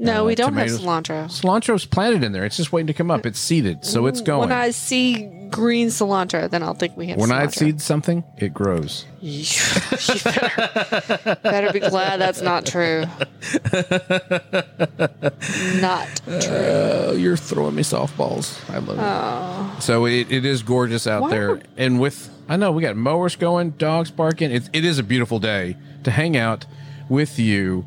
Speaker 2: No,
Speaker 1: Uh,
Speaker 2: we don't
Speaker 1: tomatoes.
Speaker 2: have cilantro.
Speaker 1: Cilantro's planted in there. It's just waiting to come up. It's seeded, so it's going.
Speaker 2: When I see green cilantro, then I'll think we have.
Speaker 1: when I
Speaker 2: cilantro.
Speaker 1: seed something, it grows.
Speaker 2: You better, better be glad that's not
Speaker 1: (laughs)
Speaker 2: true. Not true.
Speaker 1: Oh, you're throwing me softballs. I love it. So it, it is gorgeous out
Speaker 2: Oh. Why
Speaker 1: there.
Speaker 2: would-
Speaker 1: And with, I know we got mowers going, dogs barking. It, it is a beautiful day to hang out with you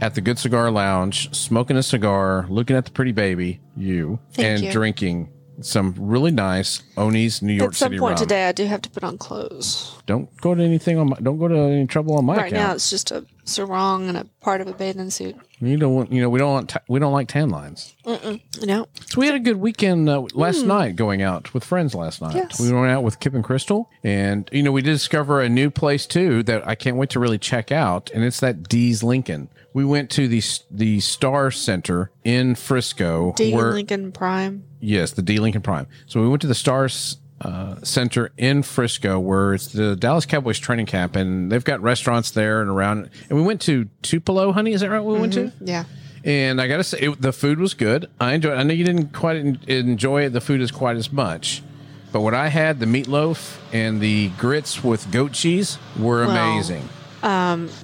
Speaker 1: at the Good Cigar Lounge, smoking a cigar, looking at the pretty baby, you,
Speaker 2: Thank
Speaker 1: and
Speaker 2: you.
Speaker 1: drinking some really nice Oni's New York
Speaker 2: At some
Speaker 1: City
Speaker 2: point
Speaker 1: rum.
Speaker 2: today, I do have to put on clothes.
Speaker 1: Don't go to anything on my, don't go to any trouble on my
Speaker 2: right now
Speaker 1: account.
Speaker 2: it's just a sarong and a part of a bathing suit.
Speaker 1: You don't want, you know, we don't want, ta- we don't like tan lines.
Speaker 2: You know,
Speaker 1: So we had a good weekend uh, last night going out with friends last night.
Speaker 2: Yes.
Speaker 1: We went out with Kip and Crystal and you know we did discover a new place too that I can't wait to really check out and it's that D's Lincoln. We went to the the Star Center in Frisco
Speaker 2: D
Speaker 1: where
Speaker 2: Lincoln Prime.
Speaker 1: yes, the D Lincoln Prime. So we went to the Stars uh, Center in Frisco, where it's the Dallas Cowboys training camp, and they've got restaurants there and around. And we went to Tupelo, honey. Is that right? We went to
Speaker 2: Yeah,
Speaker 1: And I gotta say, it, the food was good. I enjoyed. it. I know you didn't quite en- enjoy the food as quite as much, but what I had, the meatloaf and the grits with goat cheese, were
Speaker 2: Well.
Speaker 1: amazing.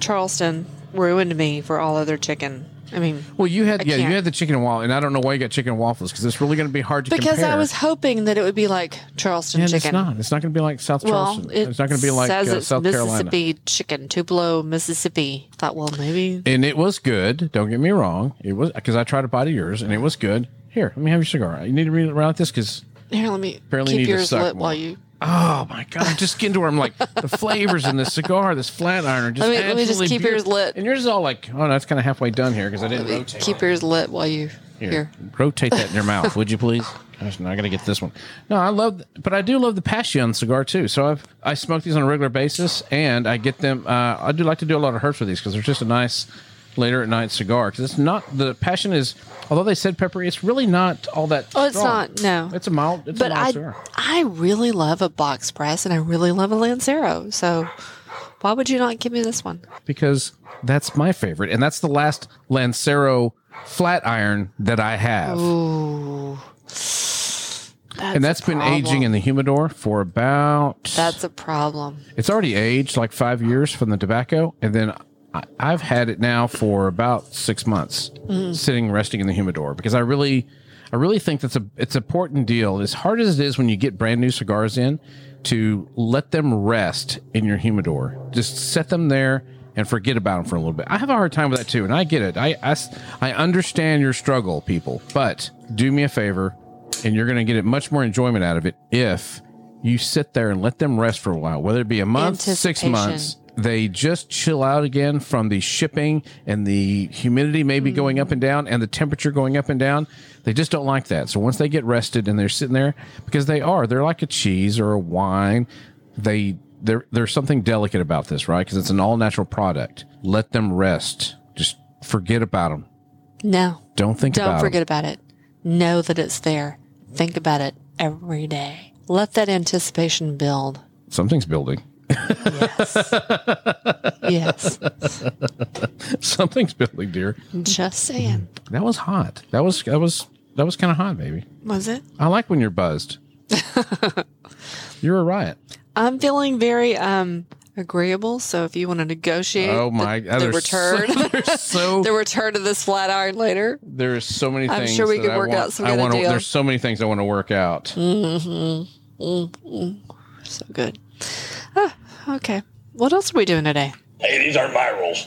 Speaker 2: Charleston ruined me for all other chicken. I mean,
Speaker 1: Well, you had
Speaker 2: I
Speaker 1: yeah,
Speaker 2: can't.
Speaker 1: you had the chicken and waffle, and I don't know why you got chicken and waffles because it's really going to be hard to
Speaker 2: because
Speaker 1: compare.
Speaker 2: I was hoping that it would be like Charleston
Speaker 1: and
Speaker 2: chicken.
Speaker 1: it's not. It's not going to be like South
Speaker 2: Well,
Speaker 1: Charleston.
Speaker 2: it
Speaker 1: it's not going to be like
Speaker 2: says
Speaker 1: uh,
Speaker 2: it's
Speaker 1: South Carolina.
Speaker 2: Mississippi chicken, Tupelo, Mississippi. Thought, well, maybe
Speaker 1: and it was good. Don't get me wrong. It was because I tried a bite of yours, and it was good. Here, let me have your cigar. You need to read around this because
Speaker 2: here. Let me
Speaker 1: Apparently you
Speaker 2: keep
Speaker 1: need to
Speaker 2: yours
Speaker 1: suck
Speaker 2: lit
Speaker 1: more.
Speaker 2: while you.
Speaker 1: oh my god, I'm just getting to where I'm
Speaker 2: (laughs)
Speaker 1: like the flavors in this cigar, this flat iron, are just
Speaker 2: Let me- let me just
Speaker 1: absolutely
Speaker 2: keep yours
Speaker 1: beautiful.
Speaker 2: lit.
Speaker 1: And yours is all like, oh, that's kind of halfway done here because I didn't
Speaker 2: Let me
Speaker 1: rotate.
Speaker 2: keep yours lit while you
Speaker 1: Here,
Speaker 2: here.
Speaker 1: rotate that in your mouth, would you
Speaker 2: (laughs)
Speaker 1: please? Gosh, now I got to get this one. No, I love, but I do love the Passion cigar too. So I've I smoke these on a regular basis, and I get them. Uh, I do like to do a lot of herbs with these because they're just a nice later at night cigar. Because it's not the Passion is, although they said peppery, it's really not all that.
Speaker 2: Oh, it's
Speaker 1: strong.
Speaker 2: not, no.
Speaker 1: it's a mild. It's
Speaker 2: But
Speaker 1: a mild
Speaker 2: I,
Speaker 1: cigar.
Speaker 2: I really love a box press, and I really love a Lancero. So, why would you not give me this one?
Speaker 1: because that's my favorite, and that's the last Lancero flat iron that I have, and that's
Speaker 2: a
Speaker 1: been aging
Speaker 2: problem.
Speaker 1: in the humidor for about
Speaker 2: That's a problem.
Speaker 1: It's already aged like five years from the tobacco, and then I, I've had it now for about six months, sitting resting in the humidor because I really, I really think that's a it's an important deal. As hard as it is when you get brand new cigars in, to let them rest in your humidor, just set them there and forget about them for a little bit. I have a hard time with that too, and I get it. I I s I I understand your struggle, people, but do me a favor, and you're going to get it much more enjoyment out of it if you sit there and let them rest for a while, whether it be a month, six
Speaker 2: Anticipation.
Speaker 1: months. They just chill out again from the shipping and the humidity maybe going up and down and the temperature going up and down. They just don't like that. So once they get rested and they're sitting there, because they are, they're like a cheese or a wine. They there there's something delicate about this, right? Because it's an all natural product. Let them rest. Just forget about them.
Speaker 2: No,
Speaker 1: Don't think
Speaker 2: don't
Speaker 1: about 'em.
Speaker 2: forget about it. Know that it's there. Think about it every day. Let that anticipation
Speaker 1: (laughs)
Speaker 2: build.
Speaker 1: Something's building. (laughs)
Speaker 2: Yes. yes.
Speaker 1: Something's building, dear.
Speaker 2: Just saying.
Speaker 1: That was hot. That was that was that was kind of hot, baby.
Speaker 2: Was it?
Speaker 1: I like when you're
Speaker 2: (laughs)
Speaker 1: buzzed. you're a riot.
Speaker 2: I'm feeling very um agreeable. So if you want to negotiate
Speaker 1: Oh my!
Speaker 2: the, the
Speaker 1: there's
Speaker 2: return,
Speaker 1: So, (laughs) there's
Speaker 2: (laughs)
Speaker 1: so
Speaker 2: the return of this flat iron later.
Speaker 1: there's so many
Speaker 2: I'm
Speaker 1: things.
Speaker 2: sure we
Speaker 1: that
Speaker 2: could
Speaker 1: I
Speaker 2: work
Speaker 1: want-
Speaker 2: out some
Speaker 1: I
Speaker 2: kind of
Speaker 1: wanna-
Speaker 2: deal. Mm.
Speaker 1: There's so many things I want to work out.
Speaker 2: So good. Ah, okay. What else are we doing today?
Speaker 7: Hey, these aren't my rules.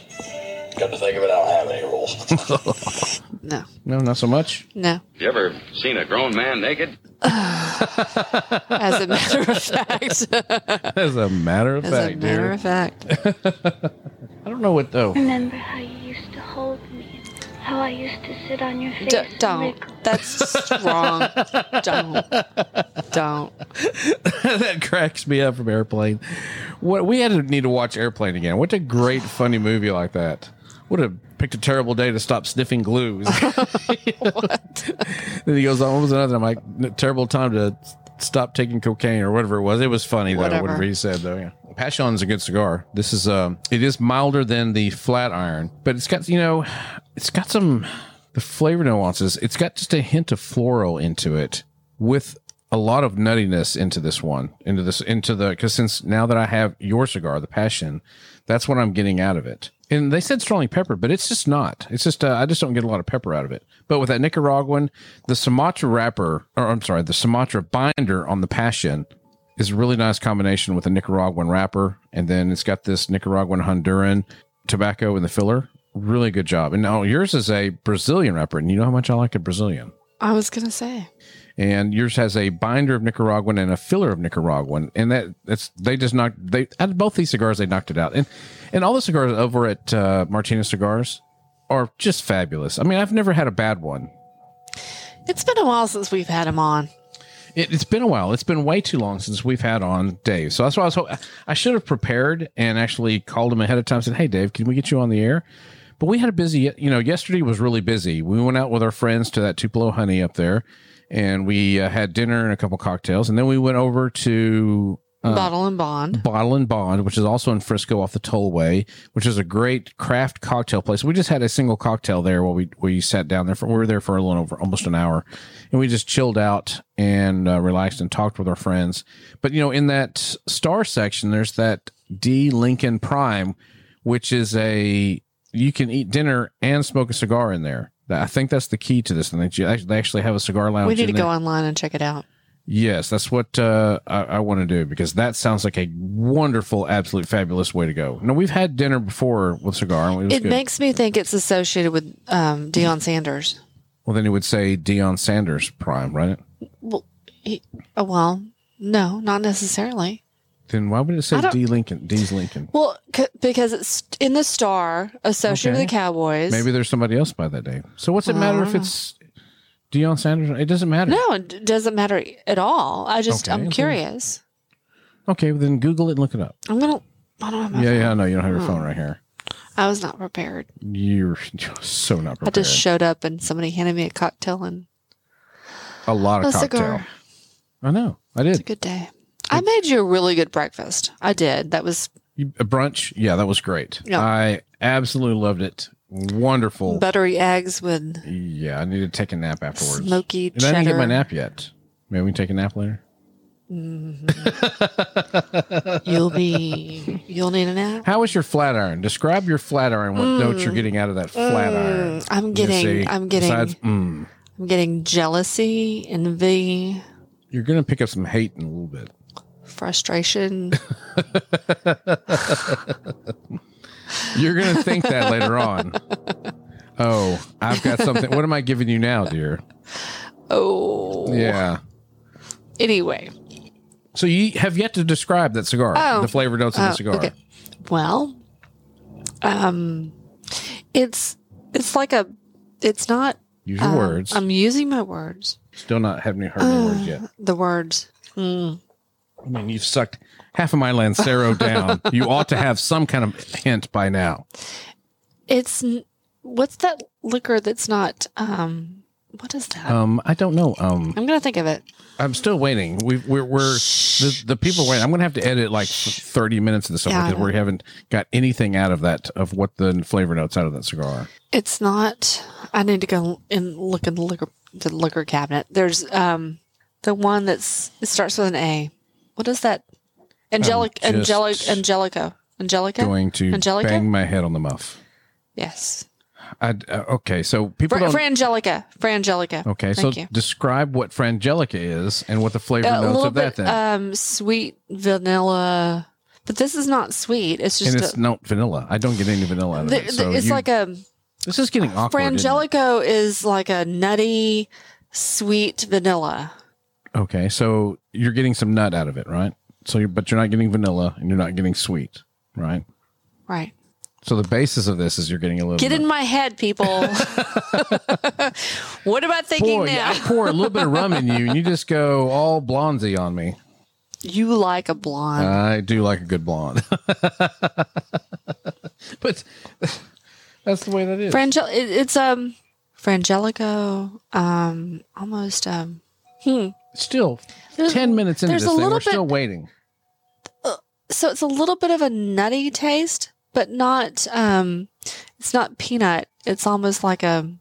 Speaker 7: Come to think of it, I don't have any rules. (laughs)
Speaker 2: No,
Speaker 1: No, not so much.
Speaker 2: no.
Speaker 8: You ever seen a grown man naked?
Speaker 2: As a matter
Speaker 1: (laughs)
Speaker 2: of fact,
Speaker 1: (laughs) As a matter of
Speaker 2: as
Speaker 1: fact,
Speaker 2: a matter
Speaker 1: dear.
Speaker 2: of fact,
Speaker 1: I don't know what though.
Speaker 9: Remember how you used to hold me, how I used to sit on your face.
Speaker 2: D-
Speaker 9: and
Speaker 2: don't.
Speaker 9: lick-
Speaker 2: That's wrong. Don't. Don't.
Speaker 1: (laughs) that cracks me up from Airplane. What we had to need to watch Airplane again. What a great funny movie like that. Would have picked a terrible day to stop sniffing glue. (laughs) then he goes on. What was another? I'm like, "N- terrible time to stop taking cocaine or whatever it was. It was funny though.
Speaker 2: Whatever.
Speaker 1: Whatever he said though. Yeah. Passion's a good cigar. This is um, it is milder than the flat iron, but it's got you know, it's got some the flavor nuances. It's got just a hint of floral into it with a lot of nuttiness into this one, into this, into the, because since now that I have your cigar, the passion, that's what I'm getting out of it. And they said strongly pepper, but it's just not. It's just, uh, I just don't get a lot of pepper out of it. But with that Nicaraguan, the Sumatra wrapper, or I'm sorry, the Sumatra binder on the passion is a really nice combination with a Nicaraguan wrapper. And then it's got this Nicaraguan Honduran tobacco in the filler. Really good job. And now yours is a Brazilian wrapper. And you know how much I like a Brazilian
Speaker 2: I was gonna say.
Speaker 1: and yours has a binder of Nicaraguan and a filler of Nicaraguan, and that that's they just knocked they out of both these cigars they knocked it out, and and all the cigars over at uh, Martinez Cigars are just fabulous. I mean, I've never had a bad one.
Speaker 2: It's been a while since we've had him on.
Speaker 1: It, it's been a while. It's been way too long since we've had on Dave. So that's why I was hoping I should have prepared and actually called him ahead of time. and Said, "Hey, Dave, can we get you on the air?" But we had a busy. You know, yesterday was really busy. We went out with our friends to that Tupelo Honey up there, and we uh, had dinner and a couple cocktails, and then we went over to.
Speaker 2: Bottle and Bond.
Speaker 1: Bottle and Bond, which is also in Frisco off the tollway, which is a great craft cocktail place. We just had a single cocktail there while we we sat down there for we were there for a little over almost an hour, and we just chilled out and uh, relaxed and talked with our friends. But you know, in that star section, there's that D Lincoln Prime, which is a you can eat dinner and smoke a cigar in there. I think that's the key to this. And they actually- they actually have a cigar lounge.
Speaker 2: We need
Speaker 1: in
Speaker 2: to
Speaker 1: there.
Speaker 2: go online and check it out.
Speaker 1: Yes, that's what uh, I, I want to do because that sounds like a wonderful, absolute fabulous way to go. No, we've had dinner before with cigar. And it was
Speaker 2: it
Speaker 1: good.
Speaker 2: makes me think it's associated with um, Deion Sanders.
Speaker 1: well, then it would say Dion Sanders Prime, right?
Speaker 2: Well, he, oh, well, no, not necessarily.
Speaker 1: Then why would it say
Speaker 2: I don't-
Speaker 1: D Lincoln? D's Lincoln.
Speaker 2: Well, c- because it's in the star associated
Speaker 1: Okay.
Speaker 2: with the Cowboys.
Speaker 1: Maybe there's somebody else by that name. So what's it matter if it's Dion Sanders? It doesn't matter.
Speaker 2: Uh. No, it d- doesn't matter at all. I just
Speaker 1: Okay,
Speaker 2: I'm
Speaker 1: then-
Speaker 2: curious.
Speaker 1: Okay, well, then Google it and look it up.
Speaker 2: I'm gonna. I don't have my
Speaker 1: Yeah,
Speaker 2: phone.
Speaker 1: yeah, I know you don't have your
Speaker 2: Hmm.
Speaker 1: phone right here.
Speaker 2: I was not prepared.
Speaker 1: You're (laughs) so not
Speaker 2: I
Speaker 1: prepared.
Speaker 2: just showed up and somebody handed me a cocktail and
Speaker 1: a lot of
Speaker 2: a
Speaker 1: cocktail.
Speaker 2: cigar.
Speaker 1: I know. I
Speaker 2: It's a
Speaker 1: did.
Speaker 2: good day. I made you a really good breakfast. I did. That was
Speaker 1: You- A brunch? Yeah, that was great.
Speaker 2: Yeah.
Speaker 1: I absolutely loved it. Wonderful.
Speaker 2: buttery eggs with
Speaker 1: Yeah, I need to take a nap afterwards.
Speaker 2: smoky
Speaker 1: and I didn't get my
Speaker 2: cheddar.
Speaker 1: nap yet. Maybe we can take a nap later. (laughs)
Speaker 2: You'll be. You'll need a nap.
Speaker 1: How is your flat iron? Describe your flat iron. What notes you're getting out of that flat iron?
Speaker 2: I'm
Speaker 1: You
Speaker 2: Mm. getting-
Speaker 1: see,
Speaker 2: I'm getting-
Speaker 1: Besides, mm,
Speaker 2: I'm getting jealousy, envy,
Speaker 1: you're going to pick up some hate in a little bit.
Speaker 2: frustration. (laughs)
Speaker 1: You're going to think that later
Speaker 2: (laughs)
Speaker 1: on. Oh, I've got something. What am I giving you now, dear?
Speaker 2: oh.
Speaker 1: Yeah.
Speaker 2: Anyway.
Speaker 1: So you have yet to describe that cigar,
Speaker 2: Oh.
Speaker 1: the flavor notes in the
Speaker 2: Oh,
Speaker 1: cigar.
Speaker 2: okay. Well, um, it's it's like a. It's not.
Speaker 1: Use your
Speaker 2: um,
Speaker 1: words.
Speaker 2: I'm using my words.
Speaker 1: Still not having heard any
Speaker 2: Uh.
Speaker 1: words yet.
Speaker 2: The words.
Speaker 1: I mean, you've sucked half of my
Speaker 2: (laughs)
Speaker 1: Lancero down. You ought to have some kind of hint by now.
Speaker 2: It's n- what's that liquor that's not. Um, what is that?
Speaker 1: Um, I don't know. Um,
Speaker 2: I'm gonna think of it.
Speaker 1: I'm still waiting. We we're, we're the, the people are waiting. I'm going to have to edit like 30 minutes of this
Speaker 2: Yeah, I
Speaker 1: because
Speaker 2: know.
Speaker 1: we haven't got anything out of that of what the flavor notes out of that cigar. are.
Speaker 2: It's not. I need to go and look in the liquor the liquor cabinet. There's um the one that's it starts with an A. What is that? Angelic,
Speaker 1: I'm just
Speaker 2: angelic, angelico, angelica.
Speaker 1: Going to
Speaker 2: Angelica.
Speaker 1: bang my head on the muff.
Speaker 2: Yes,
Speaker 1: I, uh, okay, so people
Speaker 2: Fra-
Speaker 1: don't.
Speaker 2: frangelica, frangelica.
Speaker 1: okay, so
Speaker 2: thank you.
Speaker 1: describe what Frangelica is and what the flavor
Speaker 2: A
Speaker 1: notes
Speaker 2: little
Speaker 1: of that
Speaker 2: bit
Speaker 1: then.
Speaker 2: um sweet vanilla, but this is not sweet. It's just
Speaker 1: and it's
Speaker 2: a,
Speaker 1: not vanilla. I don't get any vanilla out of
Speaker 2: the-
Speaker 1: it.
Speaker 2: the-
Speaker 1: So
Speaker 2: it's
Speaker 1: you-
Speaker 2: like a
Speaker 1: this is getting awkward. isn't it?
Speaker 2: frangelico is like a nutty sweet vanilla.
Speaker 1: Okay, so you're getting some nut out of it, right? So, you're, but you're not getting vanilla and you're not getting sweet, right?
Speaker 2: Right.
Speaker 1: So the basis of this is you're getting a little.
Speaker 2: Get
Speaker 1: bit-
Speaker 2: in my head, people. (laughs) what am I thinking
Speaker 1: Boy,
Speaker 2: now?
Speaker 1: I pour a little bit of rum in you, and you just go all blondie on me.
Speaker 2: You like a blonde.
Speaker 1: I do like a good blonde, (laughs) but that's the way that is.
Speaker 2: Frangel- it, it's um frangelico um almost um
Speaker 1: Still,
Speaker 2: There's-
Speaker 1: ten minutes into
Speaker 2: there's
Speaker 1: this
Speaker 2: a
Speaker 1: thing, we're
Speaker 2: little
Speaker 1: still
Speaker 2: bit-
Speaker 1: waiting.
Speaker 2: so it's a little bit of a nutty taste, but not um it's not peanut. It's almost like a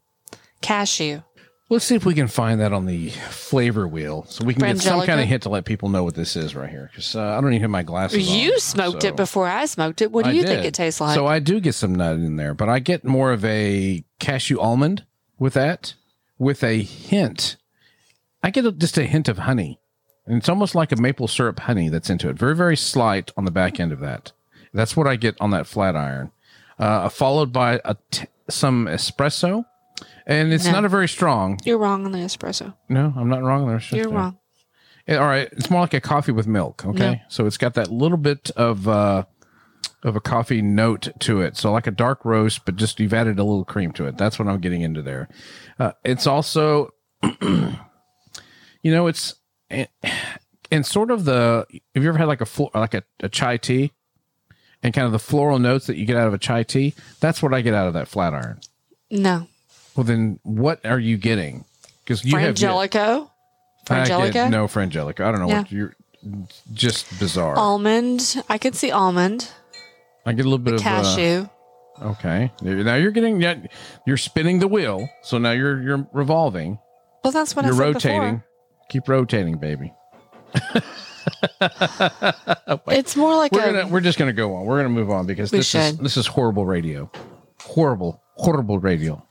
Speaker 2: cashew.
Speaker 1: Let's see if we can find that on the flavor wheel, so we can get some
Speaker 2: Frangelica?
Speaker 1: kind of hint to let people know what this is right here. Because uh, I don't even have my glasses. on,
Speaker 2: You smoked
Speaker 1: so-
Speaker 2: it before I smoked it. What do
Speaker 1: I
Speaker 2: you
Speaker 1: did.
Speaker 2: think it tastes like?
Speaker 1: So I do get some nut in there, but I get more of a cashew almond with that, with a hint. I get a, just a hint of honey, and it's almost like a maple syrup honey that's into it. Very very slight on the back end of that. That's what I get on that flat iron, uh, followed by a t- some espresso, and it's
Speaker 2: No.
Speaker 1: not a very strong.
Speaker 2: You're wrong on the espresso.
Speaker 1: No, I'm not wrong there. It's just
Speaker 2: You're
Speaker 1: a-
Speaker 2: wrong.
Speaker 1: yeah, all right, it's more like a coffee with milk. Okay,
Speaker 2: Yeah.
Speaker 1: so it's got that little bit of uh, of a coffee note to it. So like a dark roast, but just you've added a little cream to it. That's what I'm getting into there. Uh, it's also, (clears throat) you know, it's and, and sort of the. Have you ever had like a flo- like a, a chai tea, and kind of the floral notes that you get out of a chai tea? That's what I get out of that flat iron.
Speaker 2: No.
Speaker 1: Well, then what are you getting? Because you have yet-
Speaker 2: Frangelico.
Speaker 1: I get
Speaker 2: Frangelico?
Speaker 1: no frangelica. I don't know what you're. just bizarre.
Speaker 2: Almond. I could see almond.
Speaker 1: I get a little bit of uh,
Speaker 2: Cashew.
Speaker 1: okay, There- now you're getting yeah, you're spinning the wheel, so now you're you're revolving,
Speaker 2: well, that's what I
Speaker 1: you're
Speaker 2: said
Speaker 1: rotating.
Speaker 2: before.
Speaker 1: Keep rotating, baby.
Speaker 2: It's more like
Speaker 1: we're
Speaker 2: a.
Speaker 1: gonna we're just gonna go on. We're gonna move on because
Speaker 2: We
Speaker 1: this is
Speaker 2: should.
Speaker 1: this is horrible radio, horrible horrible radio.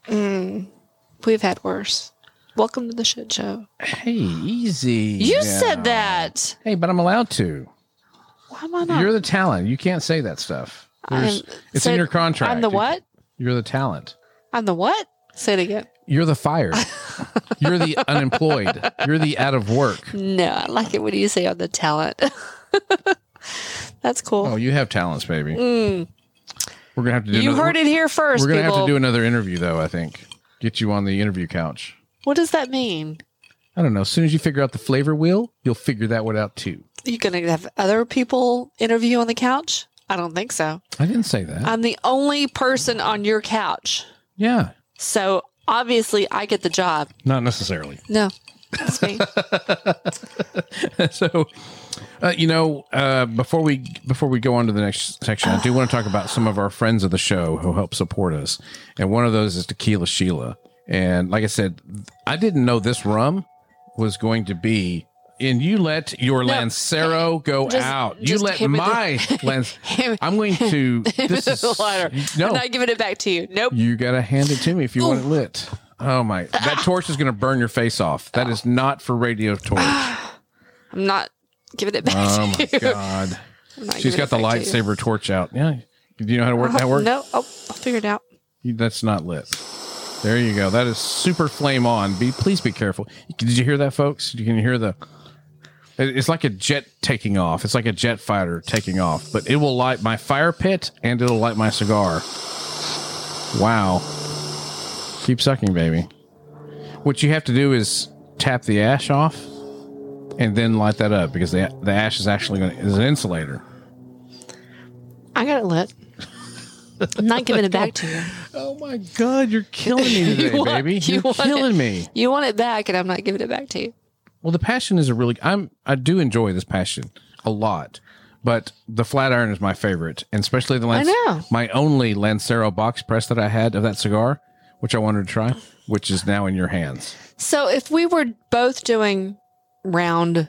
Speaker 2: We've had worse. Welcome to the shit show.
Speaker 1: Hey, easy.
Speaker 2: You
Speaker 1: now.
Speaker 2: said that.
Speaker 1: Hey, but I'm allowed to.
Speaker 2: Why am I not?
Speaker 1: You're the talent. You can't say that stuff. There's-
Speaker 2: I'm-
Speaker 1: it's
Speaker 2: say-
Speaker 1: in your contract.
Speaker 2: I'm the what?
Speaker 1: You're the talent.
Speaker 2: I'm the what? Say it again.
Speaker 1: You're the fired. You're the unemployed. You're the out of work.
Speaker 2: No, I like it when you say I'm the talent. (laughs) that's cool.
Speaker 1: Oh, you have talents, baby. We're gonna have to do.
Speaker 2: Mm. you
Speaker 1: another-
Speaker 2: heard it here first,
Speaker 1: We're gonna
Speaker 2: people.
Speaker 1: have to do another interview, though. I think get you on the interview couch.
Speaker 2: what does that mean?
Speaker 1: I don't know. As soon as you figure out the flavor wheel, you'll figure that one out too.
Speaker 2: You gonna have other people interview on the couch? I don't think so.
Speaker 1: I didn't say that.
Speaker 2: I'm the only person on your couch,
Speaker 1: yeah,
Speaker 2: so obviously I get the job.
Speaker 1: not necessarily.
Speaker 2: No, that's me.
Speaker 1: (laughs) so uh, you know uh, before we before we go on to the next section i do want to talk about some of our friends of the show who help support us and one of those is tequila sheila and like i said i didn't know this rum was going to be and you let your lancero go
Speaker 2: just-
Speaker 1: out you
Speaker 2: just
Speaker 1: let
Speaker 2: hand me the- (laughs)
Speaker 1: my lance
Speaker 2: Hand-
Speaker 1: i'm
Speaker 2: (laughs)
Speaker 1: going to this
Speaker 2: This
Speaker 1: is
Speaker 2: lighter.
Speaker 1: no
Speaker 2: I'm not giving it back to you. Nope.
Speaker 1: you gotta hand it to me if you want it lit. Oh my! That torch is gonna burn your face off. That is not for radio torch.
Speaker 2: Ah, I'm not giving it back
Speaker 1: Oh
Speaker 2: (laughs) to
Speaker 1: my
Speaker 2: you.
Speaker 1: god!
Speaker 2: I'm not
Speaker 1: She's
Speaker 2: giving
Speaker 1: got
Speaker 2: it
Speaker 1: the
Speaker 2: back to you.
Speaker 1: lightsaber torch out. Yeah. Do you know how to work that work?
Speaker 2: No, oh, I'll figure it out.
Speaker 1: You- That's not lit. There you go. That is super flame on. Be please be careful. Did you hear that, folks? You can hear the. it- It's like a jet taking off. It's like a jet fighter taking off, but it will light my fire pit and it'll light my cigar. Wow. Keep sucking, baby. What you have to do is tap the ash off, and then light that up because the the ash is actually going is an insulator.
Speaker 2: I got it lit. I'm not giving it back to (laughs) you.
Speaker 1: Oh my God, you're killing (laughs) me today,
Speaker 2: want-
Speaker 1: baby.
Speaker 2: you
Speaker 1: You're
Speaker 2: want it.
Speaker 1: killing me.
Speaker 2: You want it back, and I'm not giving it back to you.
Speaker 1: Well, the passion is a really I'm I do enjoy this passion a lot, but the flat iron is my favorite, and especially the Lance,
Speaker 2: know.
Speaker 1: my only Lancero box press that I had of that cigar, which I wanted to try, which is now in your hands.
Speaker 2: So if we were both doing round,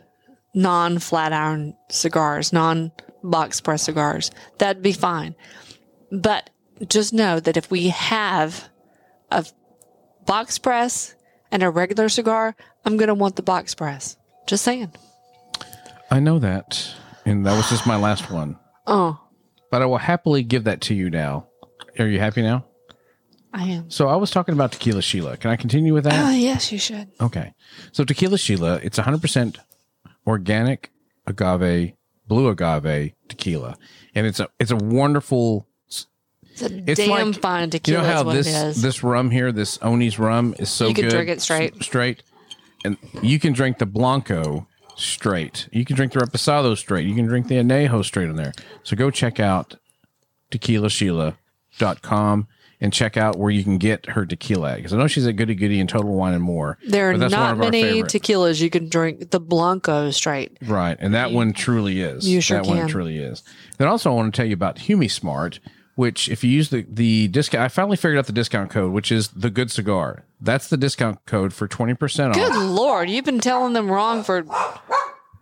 Speaker 2: non flat iron cigars, non box press cigars, that'd be fine. But just know that if we have a box press and a regular cigar, I'm going to want the box press. Just saying.
Speaker 1: I know that, and that was just my last one,
Speaker 2: Oh,
Speaker 1: but I will happily give that to you now. Are you happy now?
Speaker 2: I am.
Speaker 1: So I was talking about tequila Sheila. Can I continue with that?
Speaker 2: Oh, yes, you should.
Speaker 1: Okay. So tequila Sheila, it's 100% organic agave, blue agave tequila. And it's a it's a wonderful
Speaker 2: It's a
Speaker 1: It's
Speaker 2: damn
Speaker 1: like-
Speaker 2: fine
Speaker 1: you
Speaker 2: tequila
Speaker 1: know
Speaker 2: is
Speaker 1: how
Speaker 2: what it
Speaker 1: this
Speaker 2: is.
Speaker 1: this rum here, this Oni's rum is so
Speaker 2: You can
Speaker 1: good.
Speaker 2: drink it straight.
Speaker 1: s- Straight. And you can drink the Blanco straight. You can drink the Reposado straight. You can drink the Anejo straight in there. So go check out tequilasheila.com and check out where you can get her tequila at. Because I know she's at Goody Goody and Total Wine and more.
Speaker 2: there are
Speaker 1: but that's one
Speaker 2: not
Speaker 1: of our
Speaker 2: many
Speaker 1: favorite.
Speaker 2: tequilas you can drink the Blanco straight.
Speaker 1: Right. And that one truly is.
Speaker 2: you sure
Speaker 1: that one
Speaker 2: can.
Speaker 1: truly is. Then also I want to tell you about HumiSmart, which if you use the, the discount I finally figured out the discount code, which is the good cigar. That's the discount code for twenty percent
Speaker 2: Good
Speaker 1: off.
Speaker 2: lord, you've been telling them wrong for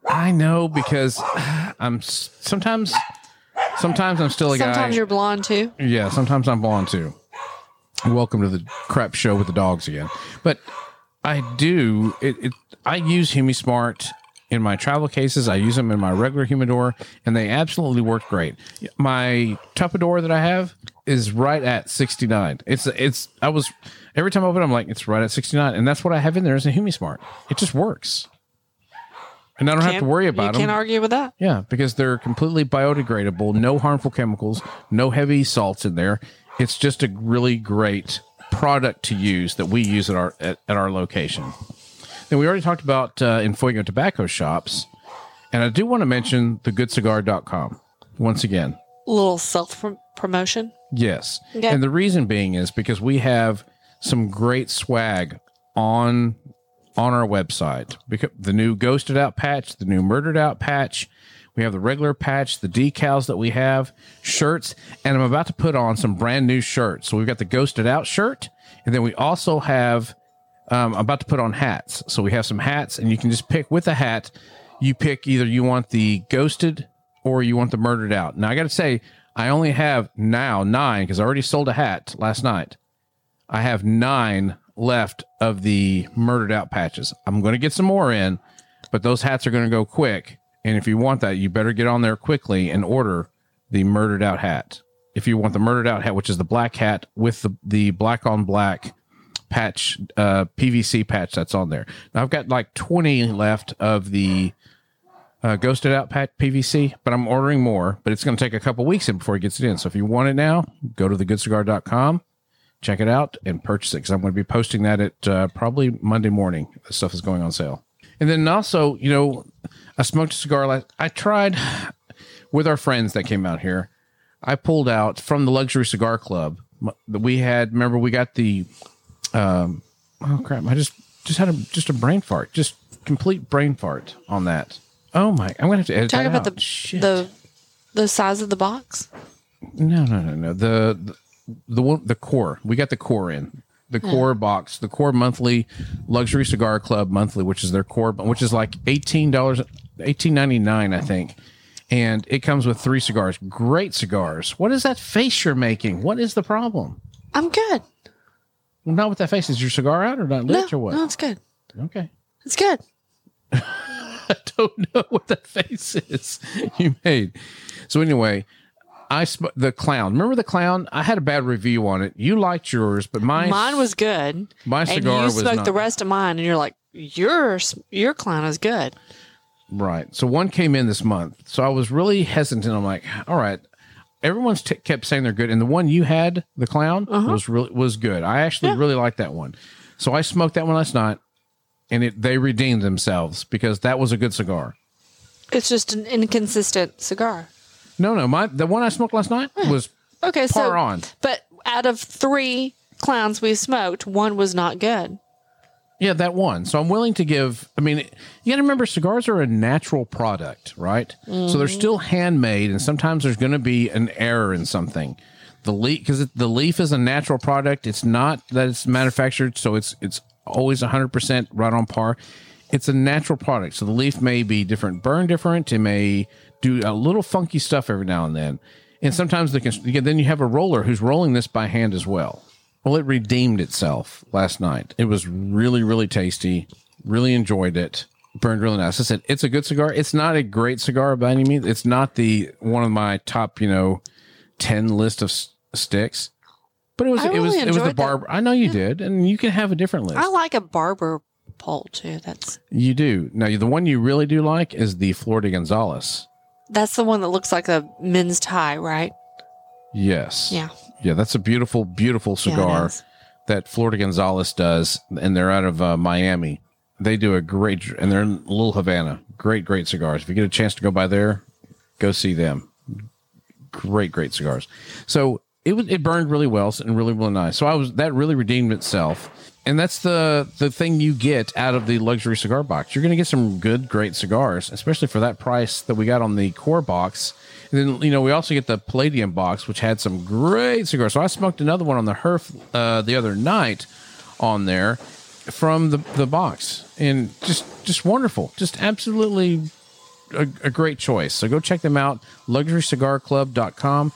Speaker 1: I know because I'm s- sometimes sometimes I'm still a guy.
Speaker 2: Sometimes you're blonde too.
Speaker 1: Yeah, sometimes I'm blonde too. Welcome to the crap show with the dogs again. But I do it. it I use HumiSmart in my travel cases. I use them in my regular humidor, and they absolutely work great. My Tupperware that I have is right at 69. It's it's. I was every time I open, it, I'm like, it's right at 69, and that's what I have in there is a HumiSmart. It just works, and I don't have to worry about
Speaker 2: You
Speaker 1: them.
Speaker 2: can't argue with that.
Speaker 1: Yeah, because they're completely biodegradable, no harmful chemicals, no heavy salts in there. It's just a really great product to use that we use at our at, at our location. And we already talked about uh, in Fuego tobacco shops, and I do want to mention thegoodcigar.com once again.
Speaker 2: Little self promotion.
Speaker 1: Yes.
Speaker 2: Okay.
Speaker 1: And the reason being is because we have some great swag on on our website. Because the new ghosted out patch, the new murdered out patch, we have the regular patch, the decals that we have, shirts, and I'm about to put on some brand new shirts. So we've got the ghosted out shirt, and then we also have um, I'm about to put on hats. So we have some hats, and you can just pick with a hat. You pick either you want the ghosted or you want the murdered out. Now I got to say, I only have now nine because I already sold a hat last night. I have nine left of the murdered out patches. I'm going to get some more in, but those hats are going to go quick. And if you want that, you better get on there quickly and order the murdered out hat. If you want the murdered out hat, which is the black hat with the, the black on black patch, uh, PVC patch that's on there. Now I've got like 20 left of the uh, ghosted out patch PVC, but I'm ordering more, but it's going to take a couple weeks in before it gets it in. So if you want it now, go to thegoodcigar.com check it out and purchase it because I'm going to be posting that at uh, probably Monday morning. The stuff is going on sale. And then also, you know, I smoked a cigar last. I tried with our friends that came out here. I pulled out from the luxury cigar club m- that we had. Remember, we got the. Um, oh crap! I just just had a just a brain fart, just complete brain fart on that. Oh my! I'm gonna have to edit.
Speaker 2: Talk
Speaker 1: that
Speaker 2: about
Speaker 1: out.
Speaker 2: the
Speaker 1: Shit.
Speaker 2: the the size of the box.
Speaker 1: No, no, no, no. The the the, one, the core. We got the core in the core box, the core monthly luxury cigar club monthly, which is their core, which is like eighteen dollars, eighteen ninety nine, I think. And it comes with three cigars. Great cigars. What is that face you're making? What is the problem?
Speaker 2: I'm good.
Speaker 1: Not with that face. Is your cigar out or not
Speaker 2: No,
Speaker 1: lit or what?
Speaker 2: no, it's good.
Speaker 1: Okay.
Speaker 2: It's good.
Speaker 1: (laughs) I don't know what that face is you made. So anyway, I sp- the clown. Remember the clown? I had a bad review on it. You liked yours, but mine
Speaker 2: mine was good.
Speaker 1: my
Speaker 2: and
Speaker 1: cigar
Speaker 2: you
Speaker 1: was
Speaker 2: smoked
Speaker 1: not-
Speaker 2: the rest of mine, and you're like, your your clown is good.
Speaker 1: Right. So one came in this month. So I was really hesitant. I'm like, all right. Everyone's t- kept saying they're good, and the one you had, the clown,
Speaker 2: Uh-huh.
Speaker 1: was really was good. I actually really liked that one. So I smoked that one last night, and it they redeemed themselves because that was a good cigar.
Speaker 2: It's just an inconsistent cigar.
Speaker 1: No, no, my the one I smoked last night was
Speaker 2: Okay, Hmm. so
Speaker 1: Par on.
Speaker 2: But out of three clowns we smoked, one was not good.
Speaker 1: Yeah, that one. So I'm willing to give. I mean, you got to remember, cigars are a natural product, right? So they're still handmade, and sometimes there's going to be an error in something. The leaf, because the leaf is a natural product. It's not that it's manufactured, so it's it's always 100 percent right on par. It's a natural product, so the leaf may be different, burn different. It may do a little funky stuff every now and then, and sometimes the cons- again, then you have a roller who's rolling this by hand as well. Well, it redeemed itself last night. It was really, really tasty. Really enjoyed it. Burned really nice. I said it's a good cigar. It's not a great cigar by any means. It's not the one of my top, you know, ten list of s- sticks. But it was
Speaker 2: I
Speaker 1: it was
Speaker 2: really
Speaker 1: it was the
Speaker 2: enjoyed
Speaker 1: barber. I know you did, and you can have a different list.
Speaker 2: I like a barber pole too. That's
Speaker 1: you do now. The one you really do like is the Florida Gonzalez.
Speaker 2: that's the one that looks like a men's tie, right?
Speaker 1: Yes.
Speaker 2: Yeah.
Speaker 1: Yeah, that's a beautiful, beautiful
Speaker 2: Yeah, it
Speaker 1: cigar.
Speaker 2: is.
Speaker 1: that Florida Gonzalez does, and they're out of uh, Miami. They do a great, and they're in Little Havana. Great, great cigars. If you get a chance to go by there, go see them. Great, great cigars. So it was, it burned really well and really, really nice. So I was that really redeemed itself, and that's the the thing you get out of the luxury cigar box. You're going to get some good, great cigars, especially for that price that we got on the core box. And then you know we also get the Palladium box, which had some great cigars. So I smoked another one on the Herf uh, the other night on there from the, the box, and just just wonderful, just absolutely a, a great choice. So go check them out, luxurycigarclub.com.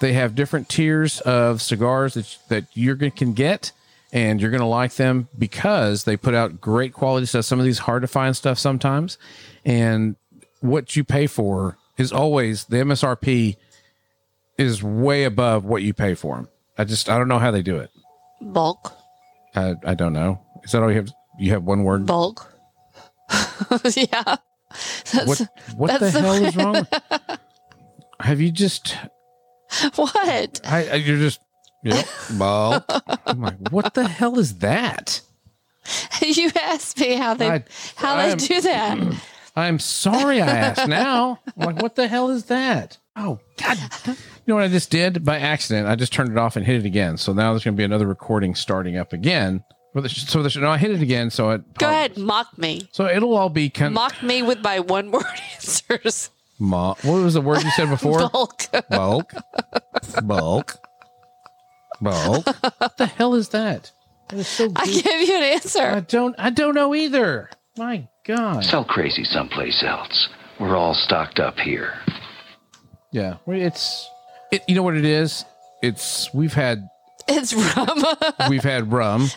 Speaker 1: They have different tiers of cigars that, that you're going can get and you're going to like them because they put out great quality stuff. Some of these hard to find stuff sometimes. And what you pay for is always the MSRP is way above what you pay for them. I just I don't know how they do it.
Speaker 2: Bulk,
Speaker 1: I, I don't know. Is that all you have? You have one word.
Speaker 2: bulk. (laughs) yeah, that's
Speaker 1: What what the
Speaker 2: that's the-
Speaker 1: hell is
Speaker 2: (laughs)
Speaker 1: wrong? have you just
Speaker 2: what.
Speaker 1: I, I you're just
Speaker 2: (laughs)
Speaker 1: yep, bulk. I'm like, what the hell is that?
Speaker 2: you asked me how they
Speaker 1: I-
Speaker 2: how
Speaker 1: I
Speaker 2: they
Speaker 1: am-
Speaker 2: do that.
Speaker 1: (clears throat) I'm sorry I asked now. I'm like, what the hell is that? Oh God. You know what I just did by accident? I just turned it off and hit it again. So now there's gonna be another recording starting up again. Well, the, so the, no, I hit it again. So it
Speaker 2: Go ahead, mock me.
Speaker 1: So it'll all be kind of
Speaker 2: Mock me with my one word (laughs) answers.
Speaker 1: Ma- what was the word you
Speaker 2: (laughs)
Speaker 1: said before?
Speaker 2: Bulk.
Speaker 1: Bulk. Bulk. Bulk. what the hell is that? That is so
Speaker 2: I
Speaker 1: deep.
Speaker 2: gave you an
Speaker 1: I
Speaker 2: answer.
Speaker 1: don't I don't know either. My God.
Speaker 10: Sell crazy someplace else. We're all stocked up here.
Speaker 1: Yeah. Well, It's it, you know what it is? It's we've had
Speaker 2: It's rum. (laughs)
Speaker 1: we've had rum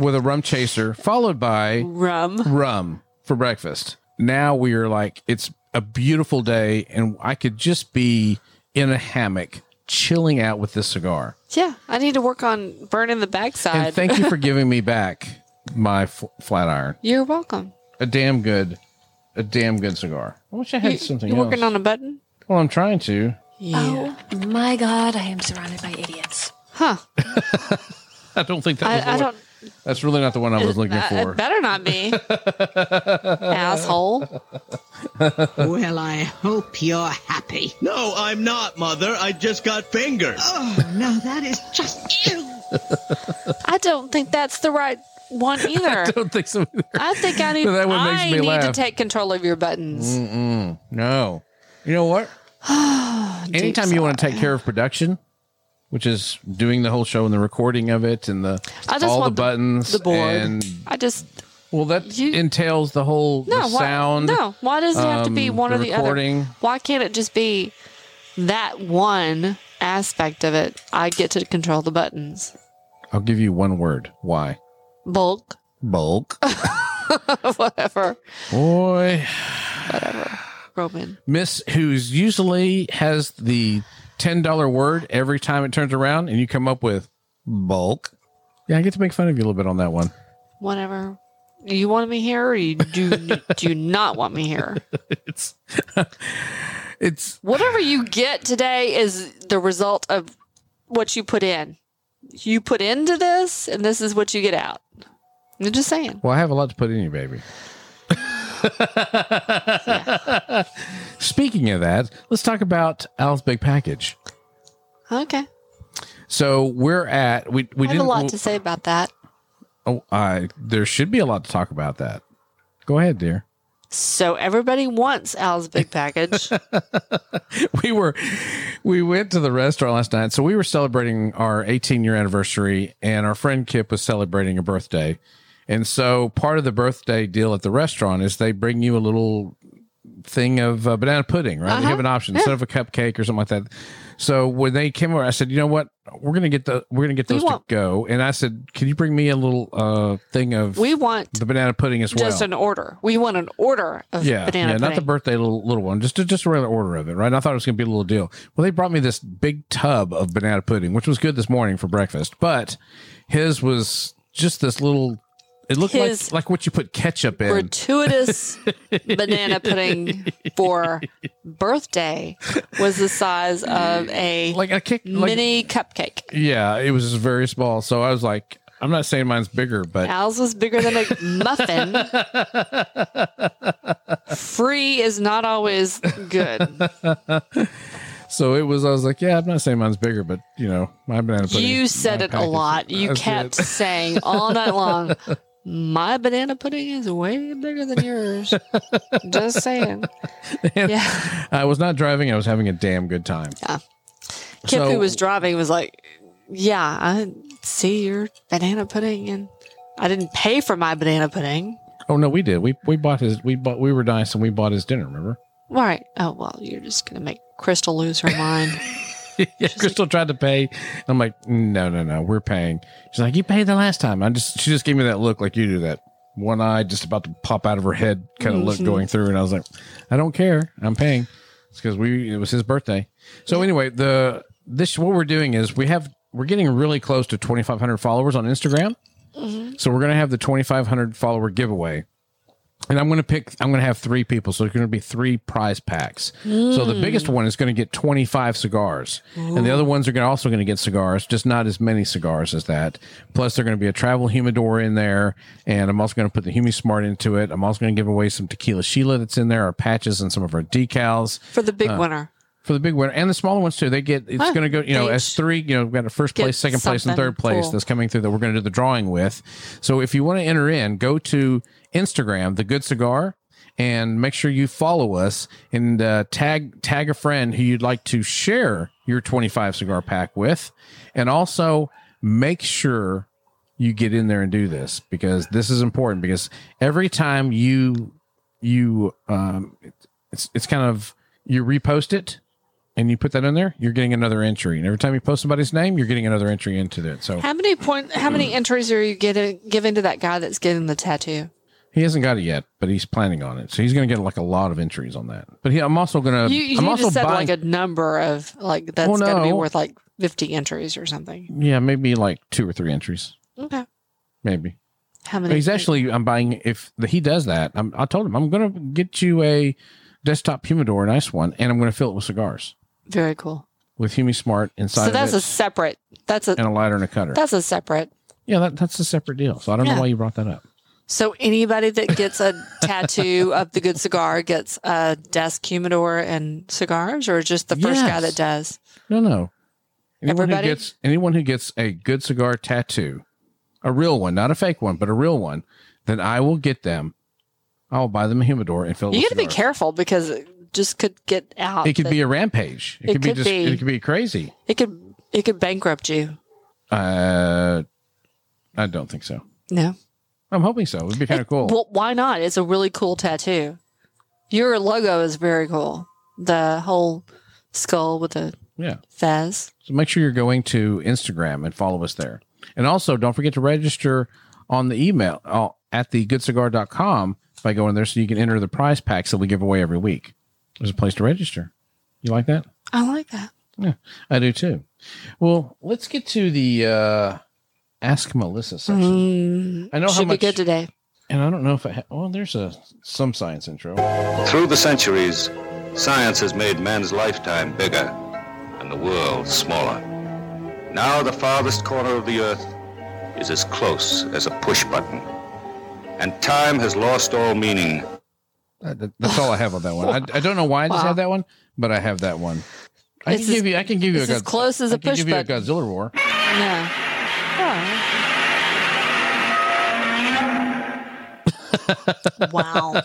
Speaker 1: with a rum chaser followed by
Speaker 2: rum.
Speaker 1: rum for breakfast. Now we are like it's a beautiful day and I could just be in a hammock chilling out with this cigar.
Speaker 2: Yeah, I need to work on burning the
Speaker 1: And
Speaker 2: backside.
Speaker 1: thank
Speaker 2: (laughs)
Speaker 1: you for giving me back my f- flat iron.
Speaker 2: You're welcome.
Speaker 1: A damn good a damn good cigar. I wish I had something
Speaker 2: You're
Speaker 1: else.
Speaker 2: working on a button? Oh.
Speaker 1: well, I'm trying to.
Speaker 2: Yeah.
Speaker 11: My God, I am surrounded by idiots.
Speaker 2: Huh.
Speaker 1: I don't think that was the
Speaker 2: I, I
Speaker 1: one-
Speaker 2: don't.
Speaker 1: That's really not the one I was looking
Speaker 2: I-
Speaker 1: for.
Speaker 2: It better
Speaker 1: (laughs)
Speaker 2: not be. Asshole.
Speaker 12: Well, I hope you're happy.
Speaker 3: No, I'm not, Mother. I just got fingered.
Speaker 12: Oh, no, that is just ill.
Speaker 2: I don't think that's the right one
Speaker 1: (laughs)
Speaker 2: either.
Speaker 1: I don't think so. either.
Speaker 2: I think I need.
Speaker 1: (laughs) That one makes
Speaker 2: I
Speaker 1: me
Speaker 2: need
Speaker 1: laugh. Mm.
Speaker 2: to take control of your buttons.
Speaker 1: Mm-mm. No. You know
Speaker 2: (sighs)
Speaker 1: what? Anytime you want to take care of production, which is doing the whole show and the recording of it and the
Speaker 2: I just
Speaker 1: all the
Speaker 2: want the-
Speaker 1: buttons
Speaker 2: the board.
Speaker 1: and
Speaker 2: I just
Speaker 1: well that entails the whole the
Speaker 2: no why,
Speaker 1: sound.
Speaker 2: No, why does it have to be
Speaker 1: um,
Speaker 2: one
Speaker 1: the
Speaker 2: or the
Speaker 1: recording.
Speaker 2: other? Why can't it just be that one aspect of it? I get to control the buttons.
Speaker 1: I'll give you one word. Why?
Speaker 2: Bulk, (laughs)
Speaker 1: Bulk.
Speaker 2: whatever,
Speaker 1: Boy.
Speaker 2: whatever. Roman.
Speaker 1: Miss who's usually has the ten dollar word every time it turns around, and you come up with bulk. Yeah, I get to make fun of you a little bit on that one.
Speaker 2: whatever. You want me here, or you do do you not want me here?
Speaker 1: It's (laughs) it's
Speaker 2: Whatever you get today is the result of what you put in. You put into this, and this is what you get out. I'm just saying.
Speaker 1: well, I have a lot to put in you, baby. Speaking of that, let's talk about Al's big package.
Speaker 2: Okay,
Speaker 1: So we're at we we
Speaker 2: I have
Speaker 1: didn't
Speaker 2: a lot to say about that.
Speaker 1: Oh, I there should be a lot to talk about that. Go ahead, dear.
Speaker 2: So everybody wants
Speaker 1: (laughs)
Speaker 2: Al's big package.
Speaker 1: we were we went to the restaurant last night so we were celebrating our 18 year anniversary and our friend kip was celebrating a birthday and so part of the birthday deal at the restaurant is they bring you a little thing of uh, banana pudding right
Speaker 2: Uh-huh.
Speaker 1: they have an option instead of a cupcake or something like that so when they came over i said you know what we're gonna get the we're gonna get
Speaker 2: We
Speaker 1: those
Speaker 2: want-
Speaker 1: to go and i said can you bring me a little uh thing of
Speaker 2: we want
Speaker 1: the banana pudding as well
Speaker 2: just an order. We want an order of
Speaker 1: yeah,
Speaker 2: banana
Speaker 1: yeah, not the
Speaker 2: pudding.
Speaker 1: birthday little little one, just just a regular order of it, right? And I thought it was going to be a little deal. Well, they brought me this big tub of banana pudding, which was good this morning for breakfast, but his was just this little. It looked
Speaker 2: His-
Speaker 1: like like what you put ketchup in. (laughs)
Speaker 2: gratuitous banana pudding for birthday was the size of a
Speaker 1: like a kick, like-
Speaker 2: mini cupcake.
Speaker 1: yeah, it was very small. So I was like, I'm not saying mine's bigger, but
Speaker 2: Al's was bigger than a muffin. Free is not always good.
Speaker 1: so it was. I was like, yeah, I'm not saying mine's bigger, but you know, my banana pudding.
Speaker 2: You said
Speaker 1: my
Speaker 2: it a
Speaker 1: package-
Speaker 2: lot. You
Speaker 1: That's
Speaker 2: kept
Speaker 1: it.
Speaker 2: saying all night long, my banana pudding is way bigger than yours. Just saying. Yeah.
Speaker 1: I was not driving. I was having a damn good time.
Speaker 2: Kip,
Speaker 1: So-
Speaker 2: who was driving, was like, "Yeah, I see your banana pudding, and I didn't pay for my banana pudding."
Speaker 1: Oh no, we did. We we bought his. We bought. We were nice, and we bought his dinner. Remember?
Speaker 2: All right. Oh well, you're just gonna make Crystal lose her mind.
Speaker 1: (laughs) yeah, Crystal tried to pay. I'm like, no, no, no, we're paying. She's like, you paid the last time. I just, she just gave me that look like you do that one eye just about to pop out of her head kind of look going through. And I was like, I don't care. I'm paying. It's because we, it was his birthday. So anyway, the, this, what we're doing is we have, we're getting really close to 2,500 followers on Instagram. So we're going to have the 2,500 follower giveaway. And I'm going to pick, I'm going to have three people. So it's going to be three prize packs. So the biggest one is going to get 25 cigars. And the other ones are going to also going to get cigars, just not as many cigars as that. Plus, they're going to be a travel humidor in there. And I'm also going to put the Humi Smart into it. I'm also going to give away some Tequila Sheila that's in there, our patches, and some of our decals
Speaker 2: for the big winner.
Speaker 1: for the big winner and the smaller ones too. They get it's
Speaker 2: Huh.
Speaker 1: going to go you know
Speaker 2: They
Speaker 1: as three you know we've got a first
Speaker 2: get
Speaker 1: place, second place, and
Speaker 2: something
Speaker 1: third place
Speaker 2: cool.
Speaker 1: that's coming through that we're going to do the drawing with. So if you want to enter in, go to Instagram, the Good Cigar, and make sure you follow us and uh, tag tag a friend who you'd like to share your twenty five cigar pack with, and also make sure you get in there and do this because this is important because every time you you um it's it's kind of you repost it and you put that in there you're getting another entry and every time you post somebody's name you're getting another entry into it so
Speaker 2: How many point? How many entries are you getting giving to that guy that's getting the tattoo?
Speaker 1: he hasn't got it yet but he's planning on it so he's going to get like a lot of entries on that but he, i'm also going to
Speaker 2: you you
Speaker 1: Um, i'm also
Speaker 2: just said
Speaker 1: buying
Speaker 2: like a number of like that's
Speaker 1: Well,
Speaker 2: going to be
Speaker 1: no.
Speaker 2: worth like fifty entries or something.
Speaker 1: yeah maybe like two or three entries
Speaker 2: Okay.
Speaker 1: maybe
Speaker 2: How
Speaker 1: But
Speaker 2: many?
Speaker 1: he's actually i'm buying if the, he does that I'm, i told him i'm going to get you a desktop humidor a nice one and i'm going to fill it with cigars
Speaker 2: Very cool.
Speaker 1: with Humi Smart inside
Speaker 2: So
Speaker 1: of
Speaker 2: that's
Speaker 1: it
Speaker 2: a separate. That's a
Speaker 1: and a lighter and a cutter
Speaker 2: that's a separate.
Speaker 1: yeah that, that's a separate deal so i don't
Speaker 2: Yeah.
Speaker 1: know why you brought that up
Speaker 2: So anybody that gets a
Speaker 1: (laughs)
Speaker 2: tattoo of the good cigar gets a desk humidor and cigars, or just the first guy
Speaker 1: Yes.
Speaker 2: that does.
Speaker 1: No, no. Anyone
Speaker 2: Everybody?
Speaker 1: who gets anyone who gets a good cigar tattoo, a real one, not a fake one, but a real one, then I will get them. I'll buy them a humidor and fill. it
Speaker 2: You
Speaker 1: with
Speaker 2: got to be
Speaker 1: cigars.
Speaker 2: careful because it just could get out.
Speaker 1: It could
Speaker 2: that-
Speaker 1: be a rampage. It,
Speaker 2: It
Speaker 1: could be
Speaker 2: could
Speaker 1: just.
Speaker 2: be.
Speaker 1: It could be crazy.
Speaker 2: It could. It could bankrupt you.
Speaker 1: Uh, I don't think so.
Speaker 2: No.
Speaker 1: I'm hoping so. It'd be kind of cool.
Speaker 2: Well, why not? It's a really cool tattoo. Your logo is very cool. The whole skull with the
Speaker 1: yeah.
Speaker 2: fez.
Speaker 1: So make sure you're going to Instagram and follow us there. And also, don't forget to register on the email uh, at thegoodcigar.com by going there so you can enter the prize packs that we give away every week. There's a place to register. You like that?
Speaker 2: I like that.
Speaker 1: Yeah, I do too. Well, let's get to the uh, Ask Melissa section.
Speaker 2: Mm,
Speaker 1: I know how
Speaker 2: should
Speaker 1: much-
Speaker 2: be good today.
Speaker 1: And I don't know if I ha- well, there's a some science intro.
Speaker 13: Through the centuries, science has made man's lifetime bigger and the world smaller. Now the farthest corner of the earth is as close as a push button. And time has lost all meaning.
Speaker 1: Uh, that- That's all I have on that one. I, I don't know why I just
Speaker 2: Wow.
Speaker 1: have that one, but I have that one. I
Speaker 2: It's
Speaker 1: can
Speaker 2: as-
Speaker 1: give you. I can give you a
Speaker 2: it's as
Speaker 1: Godz-
Speaker 2: close as
Speaker 1: I
Speaker 2: a
Speaker 1: can
Speaker 2: push
Speaker 1: give you a
Speaker 2: button.
Speaker 1: Godzilla roar. (laughs)
Speaker 2: Yeah.
Speaker 1: (laughs)
Speaker 2: wow.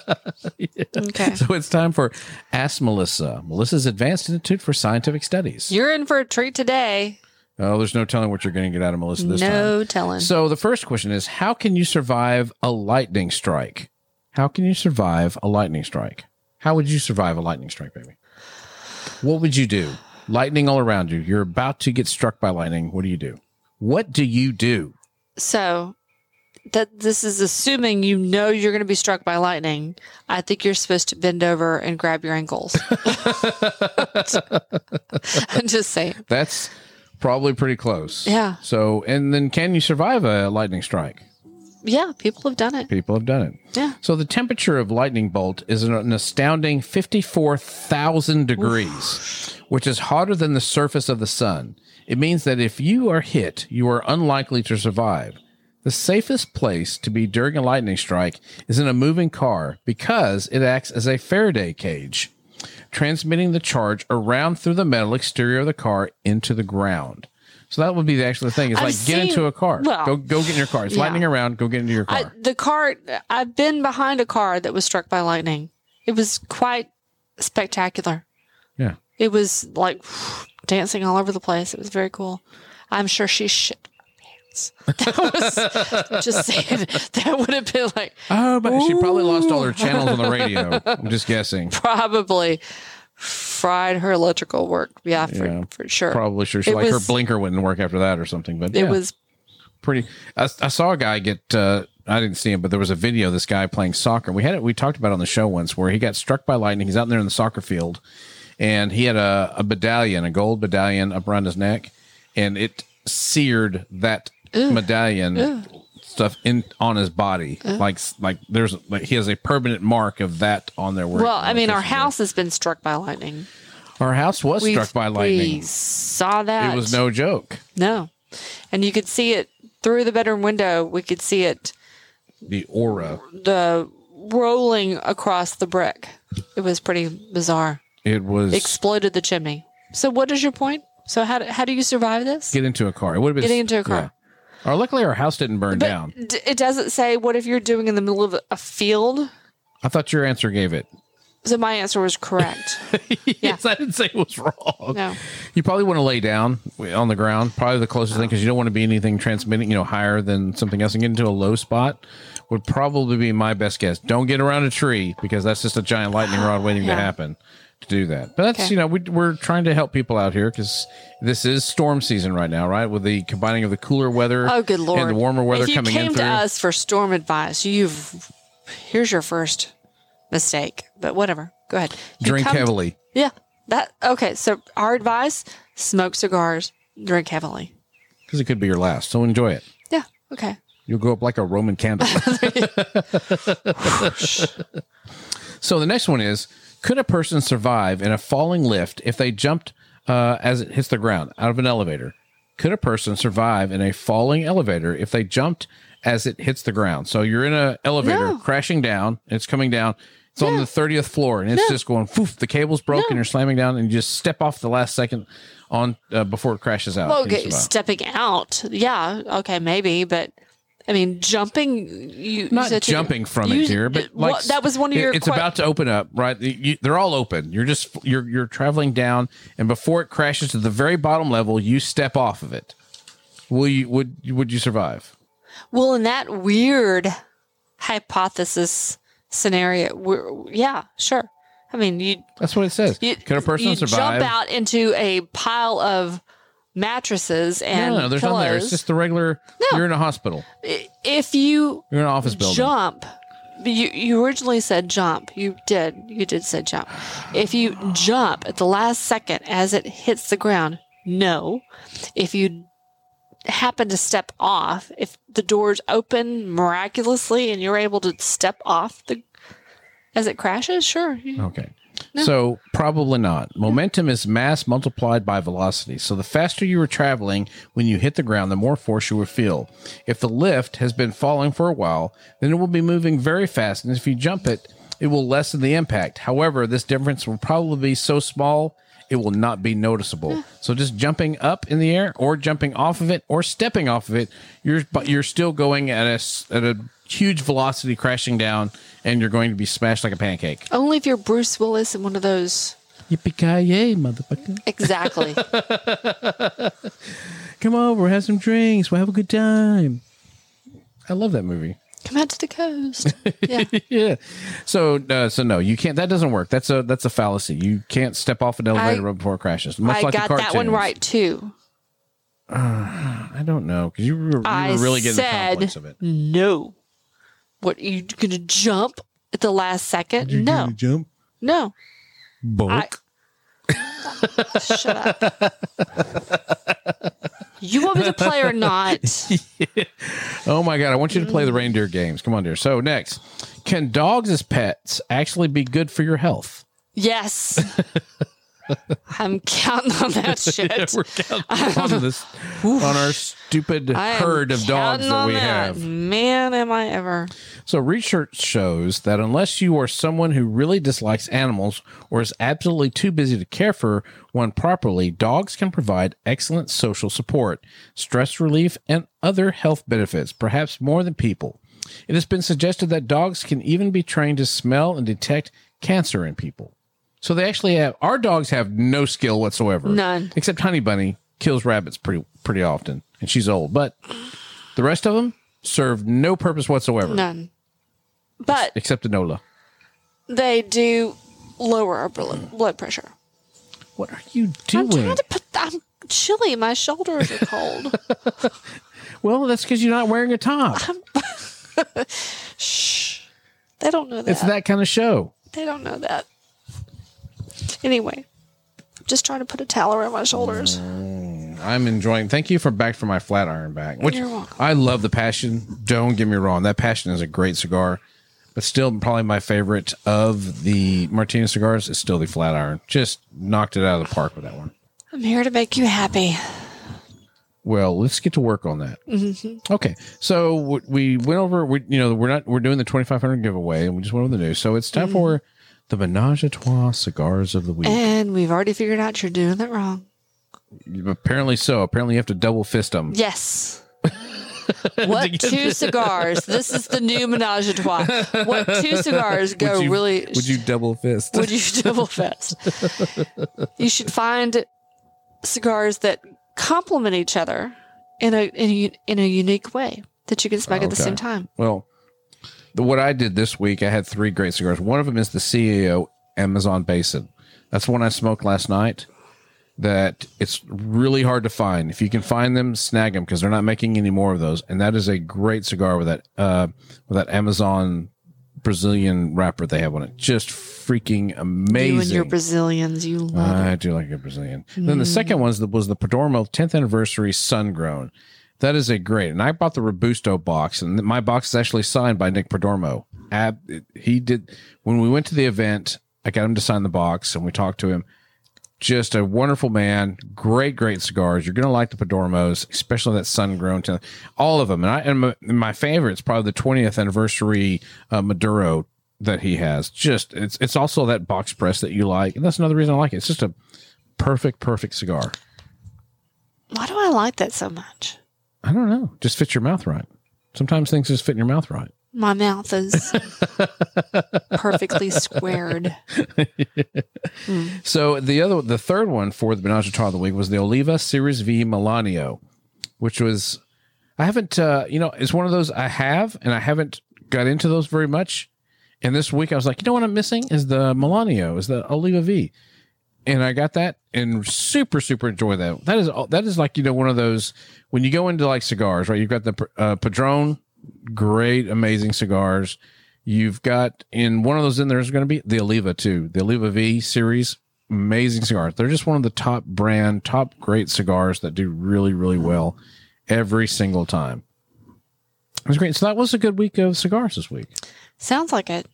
Speaker 2: Okay.
Speaker 1: So it's time for Ask Melissa. Melissa's Advanced Institute for Scientific Studies.
Speaker 2: You're in for a treat today.
Speaker 1: Oh, there's no telling what you're going to get out of Melissa this
Speaker 2: no
Speaker 1: time.
Speaker 2: telling.
Speaker 1: So the first question is How can you survive a lightning strike? How can you survive a lightning strike? How would you survive a lightning strike, baby? What would you do? Lightning all around you. You're about to get struck by lightning. What do you do? What do you do?
Speaker 2: So that this is assuming you know you're going to be struck by lightning. I think you're supposed to bend over and grab your ankles. (laughs) I'm just saying.
Speaker 1: That's probably pretty close.
Speaker 2: Yeah.
Speaker 1: So, and then can you survive a lightning strike?
Speaker 2: Yeah, people have done it.
Speaker 1: People have done it.
Speaker 2: Yeah.
Speaker 1: So the temperature of lightning bolt is an- an astounding 54,000 degrees, which is hotter than the surface of the sun. It means that if you are hit, you are unlikely to survive. The safest place to be during a lightning strike is in a moving car because it acts as a Faraday cage, transmitting the charge around through the metal exterior of the car into the ground. So that would be the actual thing. It's
Speaker 2: I've
Speaker 1: like get
Speaker 2: seen-
Speaker 1: into a car.
Speaker 2: well,
Speaker 1: go go get in your car. It's
Speaker 2: yeah.
Speaker 1: lightning around. Go get into your car.
Speaker 2: I, the car, I've been behind a car that was struck by lightning. It was quite spectacular.
Speaker 1: Yeah.
Speaker 2: It was like dancing all over the place. It was very cool. I'm sure she shit her pants. (laughs) That was just saying that would have been like
Speaker 1: Oh, but she probably lost all her
Speaker 2: Ooh.
Speaker 1: channels on the radio. I'm just
Speaker 2: (laughs)
Speaker 1: guessing.
Speaker 2: probably fried her electrical work. Yeah, for,
Speaker 1: Yeah.
Speaker 2: for sure.
Speaker 1: Probably sure. She,
Speaker 2: It
Speaker 1: like her
Speaker 2: was-
Speaker 1: blinker wouldn't work after that or something. But
Speaker 2: It
Speaker 1: yeah,
Speaker 2: was
Speaker 1: pretty. I, I saw a guy get. Uh, I didn't see him, but there was a video. of This guy playing soccer. We had it. We talked about it on the show once where he got struck by lightning. He's out there in the soccer field, and he had a, a medallion, a gold medallion, up around his neck, and it seared that
Speaker 2: Ugh.
Speaker 1: medallion.
Speaker 2: Ugh.
Speaker 1: Stuff in on his body, like like there's like he has a permanent mark of that on there. where-
Speaker 2: well. I mean, our house has been struck by lightning.
Speaker 1: our house was
Speaker 2: We've-
Speaker 1: struck by lightning.
Speaker 2: We saw that.
Speaker 1: It was no joke.
Speaker 2: No. And you could see it through the bedroom window. We could see it
Speaker 1: The aura.
Speaker 2: the rolling across the brick. It was pretty bizarre.
Speaker 1: It was
Speaker 2: exploded the chimney. So what is your point? So how do, how do you survive this?
Speaker 1: get into a car. It would have been
Speaker 2: Getting into a car.
Speaker 1: Yeah. Or luckily, our house didn't burn down.
Speaker 2: D- it doesn't say what if you're doing in the middle of a field.
Speaker 1: I thought your answer gave it.
Speaker 2: So my answer was correct.
Speaker 1: (laughs) yes, I didn't say it was wrong.
Speaker 2: No.
Speaker 1: You probably want to lay down on the ground, probably the closest thing, because you don't want to be anything transmitting, you know, higher than something else. And get into a low spot would probably be my best guess. Don't get around a tree because that's just a giant lightning rod waiting
Speaker 2: Yeah.
Speaker 1: to happen to do that. But that's
Speaker 2: Okay.
Speaker 1: you know we, we're trying to help people out here because this is storm season right now, right? With the combining of the cooler weather,
Speaker 2: Oh, good
Speaker 1: (laughs)
Speaker 2: lord!
Speaker 1: and the warmer weather
Speaker 2: if you
Speaker 1: coming
Speaker 2: came
Speaker 1: in
Speaker 2: to
Speaker 1: through.
Speaker 2: us for storm advice, you've here's your first mistake. But whatever, go ahead. You
Speaker 1: Drink
Speaker 2: come to-
Speaker 1: heavily.
Speaker 2: yeah, that okay. So our advice: smoke cigars, drink heavily.
Speaker 1: because it could be your last. So enjoy it.
Speaker 2: Yeah. Okay.
Speaker 1: You'll go up like a Roman
Speaker 2: (laughs)
Speaker 1: candle. so the next one is Could a person survive in a falling lift if they jumped uh, as it hits the ground out of an elevator? Could a person survive in a falling elevator if they jumped as it hits the ground? So you're in an elevator
Speaker 2: No.
Speaker 1: crashing down, and it's coming down. It's on the 30th floor and it's
Speaker 2: No.
Speaker 1: just going, poof, the cable's broken, you're slamming down, and you just step off the last second on uh, before it crashes out.
Speaker 2: well,
Speaker 1: Can you
Speaker 2: okay,
Speaker 1: survive?
Speaker 2: stepping out. Yeah. Okay. Maybe, but. I mean, jumping. You
Speaker 1: not
Speaker 2: said you-
Speaker 1: jumping from
Speaker 2: you-
Speaker 1: it, dear, but
Speaker 2: well,
Speaker 1: like
Speaker 2: that was one of
Speaker 1: it-
Speaker 2: your.
Speaker 1: It's
Speaker 2: que-
Speaker 1: about to open up, right? You- you- they're all open. You're just you're you're traveling down, and before it crashes to the very bottom level, you step off of it. Will you would would you survive?
Speaker 2: Well, in that weird hypothesis scenario, we're, yeah, sure. I mean, you
Speaker 1: That's what it says.
Speaker 2: you,
Speaker 1: Can a person
Speaker 2: you
Speaker 1: survive?
Speaker 2: jump out into a pile of mattresses
Speaker 1: no,
Speaker 2: and
Speaker 1: no, no, there's
Speaker 2: pillows.
Speaker 1: nothing there. It's just the regular. You're in a hospital.
Speaker 2: I- if you
Speaker 1: You're in an office building.
Speaker 2: jump, you you originally said jump. You did. You did say jump. If you jump at the last second as it hits the ground, no. If you happen to step off, if the doors open miraculously and you're able to step off the as it crashes, sure. you-
Speaker 1: Okay. So probably not. Momentum is mass multiplied by velocity. So the faster you were traveling when you hit the ground, the more force you will feel. If the lift has been falling for a while, then it will be moving very fast, and if you jump it, it will lessen the impact. However, this difference will probably be so small it will not be noticeable. So just jumping up in the air, or jumping off of it, or stepping off of it, you're but you're still going at a s- at a huge velocity, crashing down, and you're going to be smashed like a pancake.
Speaker 2: Only if you're Bruce Willis in one of those.
Speaker 1: Yippee-ki-yay, motherfucker. (laughs)
Speaker 2: Exactly.
Speaker 1: Come over, have some drinks, we'll have a good time. I love that movie.
Speaker 2: Come out to
Speaker 1: (laughs)
Speaker 2: the coast. Yeah.
Speaker 1: yeah. So, uh, so no, you can't. That doesn't work. That's a that's a fallacy. You can't step off an elevator
Speaker 2: I-
Speaker 1: right before it crashes. Much
Speaker 2: I
Speaker 1: like
Speaker 2: got
Speaker 1: the
Speaker 2: that one
Speaker 1: cartoons.
Speaker 2: right too.
Speaker 1: I don't know because you were, you
Speaker 2: I
Speaker 1: were really getting the
Speaker 2: said
Speaker 1: complex of it.
Speaker 2: no. What you gonna jump at the last second?
Speaker 1: You
Speaker 2: no,
Speaker 1: gonna jump,
Speaker 2: no.
Speaker 1: bulk.
Speaker 2: I- Shut up. You want me to play
Speaker 1: (laughs)
Speaker 2: or not?
Speaker 1: Oh my god, I want you to play the reindeer games. Come on, dear. So next, can dogs as pets actually be good for your
Speaker 2: (laughs)
Speaker 1: health?
Speaker 2: Yes. I'm counting on that shit.
Speaker 1: (laughs) Yeah, we're counting on this on our stupid
Speaker 2: I am
Speaker 1: herd of dogs
Speaker 2: counting
Speaker 1: that
Speaker 2: on
Speaker 1: we have.
Speaker 2: Man, am I ever.
Speaker 1: So, research shows that unless you are someone who really dislikes animals or is absolutely too busy to care for one properly, dogs can provide excellent social support, stress relief, and other health benefits, perhaps more than people. It has been suggested that dogs can even be trained to smell and detect cancer in people. So, they actually have our dogs have no skill whatsoever.
Speaker 2: None.
Speaker 1: Except Honey Bunny kills rabbits pretty, pretty often, and she's old. But the rest of them serve no purpose whatsoever
Speaker 2: None. But
Speaker 1: (laughs) except Enola.
Speaker 2: they do lower our bl- blood pressure.
Speaker 1: What are you
Speaker 2: I'm
Speaker 1: doing?
Speaker 2: trying to put. I'm chilly. My shoulders are (laughs) cold.
Speaker 1: well, that's because you're not wearing a top.
Speaker 2: They don't know that.
Speaker 1: It's that kind of show.
Speaker 2: They don't know that. Anyway, just trying to put a towel around my shoulders.
Speaker 1: I'm enjoying. Thank you for back for my flat iron back. Which
Speaker 2: You're welcome.
Speaker 1: I love the passion. Don't get me wrong. That passion is a great cigar, but still probably my favorite of the Martinez cigars is still the flat iron. Just knocked it out of the park with that one.
Speaker 2: I'm here to make you happy.
Speaker 1: Well, let's get to work on that.
Speaker 2: Mhm.
Speaker 1: Okay, so
Speaker 2: Mm-hmm.
Speaker 1: w- we went over. We, you know, we're not we're doing the twenty five hundred giveaway, and we just went over the news. So it's time for The Menage a Trois Cigars of the Week.
Speaker 2: And we've already figured out you're doing that wrong.
Speaker 1: Apparently so. Apparently you have to double fist them.
Speaker 2: (laughs) Yes. What two cigars? This is the new Menage a Trois. What two cigars go
Speaker 1: Would you-
Speaker 2: really?
Speaker 1: Would you double fist?
Speaker 2: Would you double fist? you should find cigars that complement each other in a in a, u- in a unique way that you can smoke at the
Speaker 1: Okay.
Speaker 2: same time.
Speaker 1: (laughs) Well, the, what I did this week, I had three great cigars. One of them is the CEO Amazon Basin. That's one I smoked last night. That it's really hard to find. If you can find them, snag them because they're not making any more of those. And that is a great cigar with that uh, with that Amazon Brazilian wrapper they have on it. Just freaking amazing.
Speaker 2: You and your Brazilians, you love
Speaker 1: I do like a Brazilian. Then the
Speaker 2: Mm.
Speaker 1: second one was the, was the Padormo 10th anniversary sun grown. That is a great. And I bought the Robusto box, and my box is actually signed by Nick Padormo. Ab, he did when we went to the event. I got him to sign the box, and we talked to him. Just a wonderful man. Great, great cigars. You're gonna like the Padormos, especially that sun grown. Ten, all of them, and I and my, my favorite is probably the 20th anniversary uh, Maduro that he has. Just it's it's also that box press that you like, and that's another reason I like it. It's just a perfect, perfect cigar.
Speaker 2: it. Why do I like that so much?
Speaker 1: I don't know. Just fits your mouth right. Sometimes things just fit in your mouth right.
Speaker 2: My
Speaker 1: (laughs)
Speaker 2: mouth is perfectly squared. Mm.
Speaker 1: So the other, the third one for the Menage a Trois of the week was the Oliva Series V Milanio, which was I haven't, uh, you know, it's one of those I have and I haven't got into those very much. And this week I was like, you know what I'm missing is the Milanio, is the Oliva V, and I got that and super super enjoy that. That is that is like you know one of those when you go into like cigars, right? You've got the uh, Padron, great amazing cigars. You've got in one of those in there is going to be the Oliva too, the Oliva V series, amazing cigars. They're just one of the top brand, top great cigars that do really really well every single time. It was great. So that was a good week of cigars this week.
Speaker 2: Sounds like it.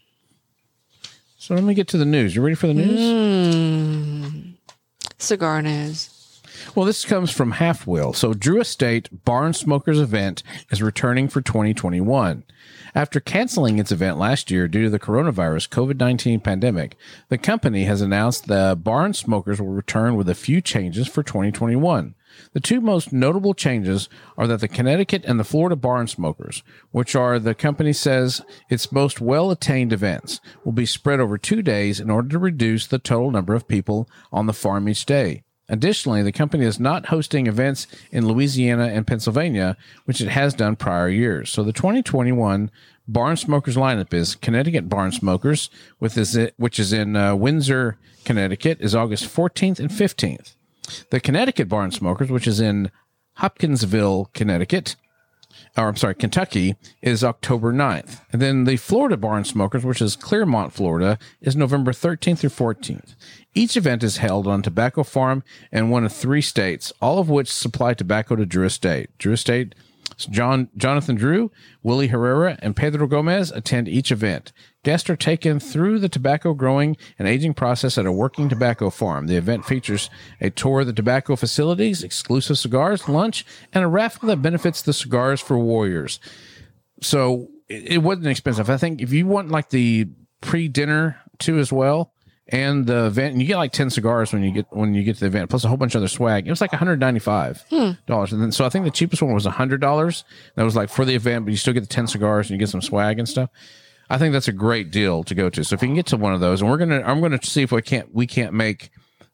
Speaker 1: So let me get to the news. You ready for the news?
Speaker 2: Mm. Cigar news.
Speaker 1: Well, this comes from Half Wheel. So, Drew Estate Barn Smokers event is returning for 2021. After canceling its event last year due to the coronavirus COVID 19 pandemic, the company has announced the Barn Smokers will return with a few changes for 2021. The two most notable changes are that the Connecticut and the Florida Barn Smokers, which are the company says its most well attained events, will be spread over two days in order to reduce the total number of people on the farm each day. Additionally, the company is not hosting events in Louisiana and Pennsylvania, which it has done prior years. So the 2021 Barn Smokers lineup is Connecticut Barn Smokers, with this, which is in uh, Windsor, Connecticut, is August 14th and 15th. The Connecticut Barn Smokers, which is in Hopkinsville, Connecticut, or I'm sorry, Kentucky, is October 9th. And then the Florida Barn Smokers, which is Clearmont, Florida, is November 13th through 14th. Each event is held on tobacco farm in one of three states, all of which supply tobacco to Drew Estate. Drew Estate, John, Jonathan Drew, Willie Herrera, and Pedro Gomez attend each event. Guests are taken through the tobacco growing and aging process at a working tobacco farm. The event features a tour of the tobacco facilities, exclusive cigars, lunch, and a raffle that benefits the cigars for warriors. So it, it wasn't expensive. I think if you want like the pre dinner too as well, and the event, and you get like ten cigars when you get when you get to the event, plus a whole bunch of other swag. It was like one hundred ninety five
Speaker 2: Hmm.
Speaker 1: dollars, and then so I think the cheapest one was hundred dollars. That was like for the event, but you still get the ten cigars and you get some swag and stuff. I think that's a great deal to go to. So if you can get to one of those, and we're gonna, I'm gonna see if we can't we can't make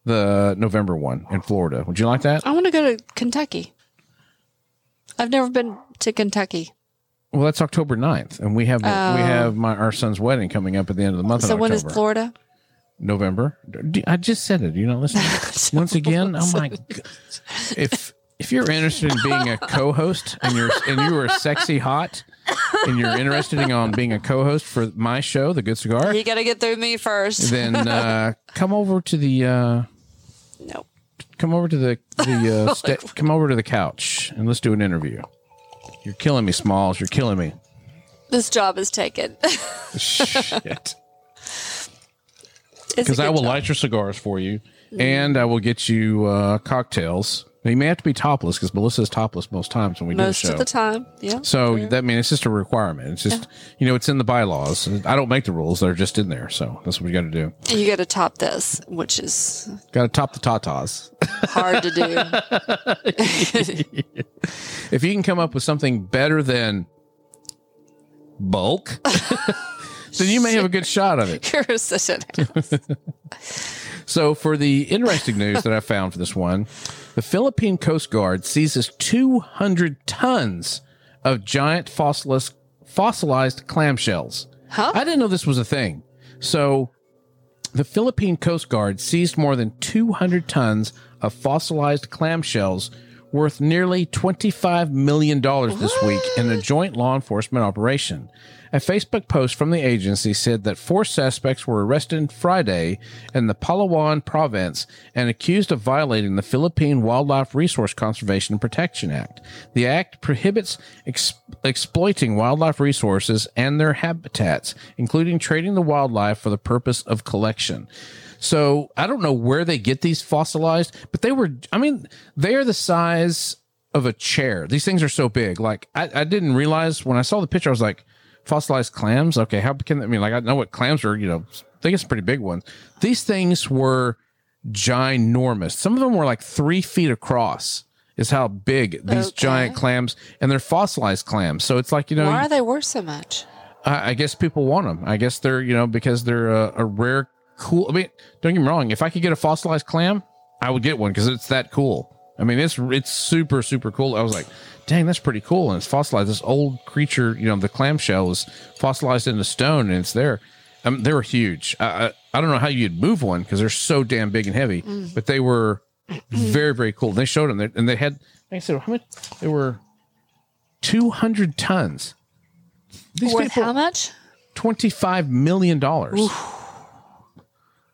Speaker 1: the November one in Florida. Would you like that?
Speaker 2: I want to go to Kentucky. I've never been to Kentucky.
Speaker 1: Well, that's October 9th, and we have we
Speaker 2: Oh.
Speaker 1: have my our son's wedding coming up at the end of the month.
Speaker 2: so
Speaker 1: in
Speaker 2: when is
Speaker 1: October.
Speaker 2: Florida?
Speaker 1: November. D- I just said it. You're not listening. Once again, oh my. g- If if you're interested in being a co-host and you're and you are sexy hot and you're interested in on being a co-host for my show, The Good Cigar,
Speaker 2: You got to get through me first.
Speaker 1: then uh, come over to the. Uh,
Speaker 2: Nope.
Speaker 1: Come over to the the uh, sta- come over to the couch and let's do an interview. You're killing me, Smalls. You're killing me.
Speaker 2: this job is taken. (laughs)
Speaker 1: Shit.
Speaker 2: It's a
Speaker 1: because I
Speaker 2: good
Speaker 1: will light your cigars for you, and I will get you uh, cocktails Now, you may have to be topless because Melissa is topless most times when we
Speaker 2: most
Speaker 1: do the show.
Speaker 2: of the time. Yeah.
Speaker 1: So that means it's just a requirement. It's just you know it's in the bylaws. I don't make the rules; they're just in there. So that's what we got to do.
Speaker 2: And you got to top this, which is
Speaker 1: Got to top the tatas.
Speaker 2: hard to do.
Speaker 1: (laughs) if you can come up with something better than bulk, (laughs) then you may have a good shot of it.
Speaker 2: You're such an
Speaker 1: So, for the interesting news that I found for this one, the Philippine Coast Guard seizes 200 tons of giant fossilis, fossilized clamshells. Huh? I didn't know this was a thing. So, the Philippine Coast Guard seized more than 200 tons of fossilized clamshells worth nearly $25 million this week in a joint law enforcement operation. A Facebook post from the agency said that four suspects were arrested Friday in the Palawan province and accused of violating the Philippine Wildlife Resource Conservation and Protection Act. The act prohibits ex- exploiting wildlife resources and their habitats, including trading the wildlife for the purpose of collection. So I don't know where they get these fossilized, but they were, I mean, they are the size of a chair. These things are so big. Like, I, I didn't realize when I saw the picture, I was like, fossilized clams? Okay, how can, I mean, like, I know what clams are, you know, I think it's pretty big ones. These things were ginormous. Some of them were like three feet across. Is how big these giant clams and they're fossilized clams. So it's like you know
Speaker 2: Why are they worth so much?
Speaker 1: I, I guess people want them. I guess they're you know because they're a, a rare cool. I mean, don't get me wrong. If I could get a fossilized clam, I would get one because it's that cool. I mean, it's it's super super cool. I was like, dang, that's pretty cool. And it's fossilized. This old creature, you know, the clamshell is fossilized into stone, and it's there. Um, they were huge. I, I I don't know how you'd move one because they're so damn big and heavy,
Speaker 14: Mm.
Speaker 1: but they were
Speaker 2: Mm.
Speaker 1: very very cool. And they showed them, there, and they had like I said, how much they were two hundred tons.
Speaker 2: Worth how much?
Speaker 1: Twenty-five million dollars.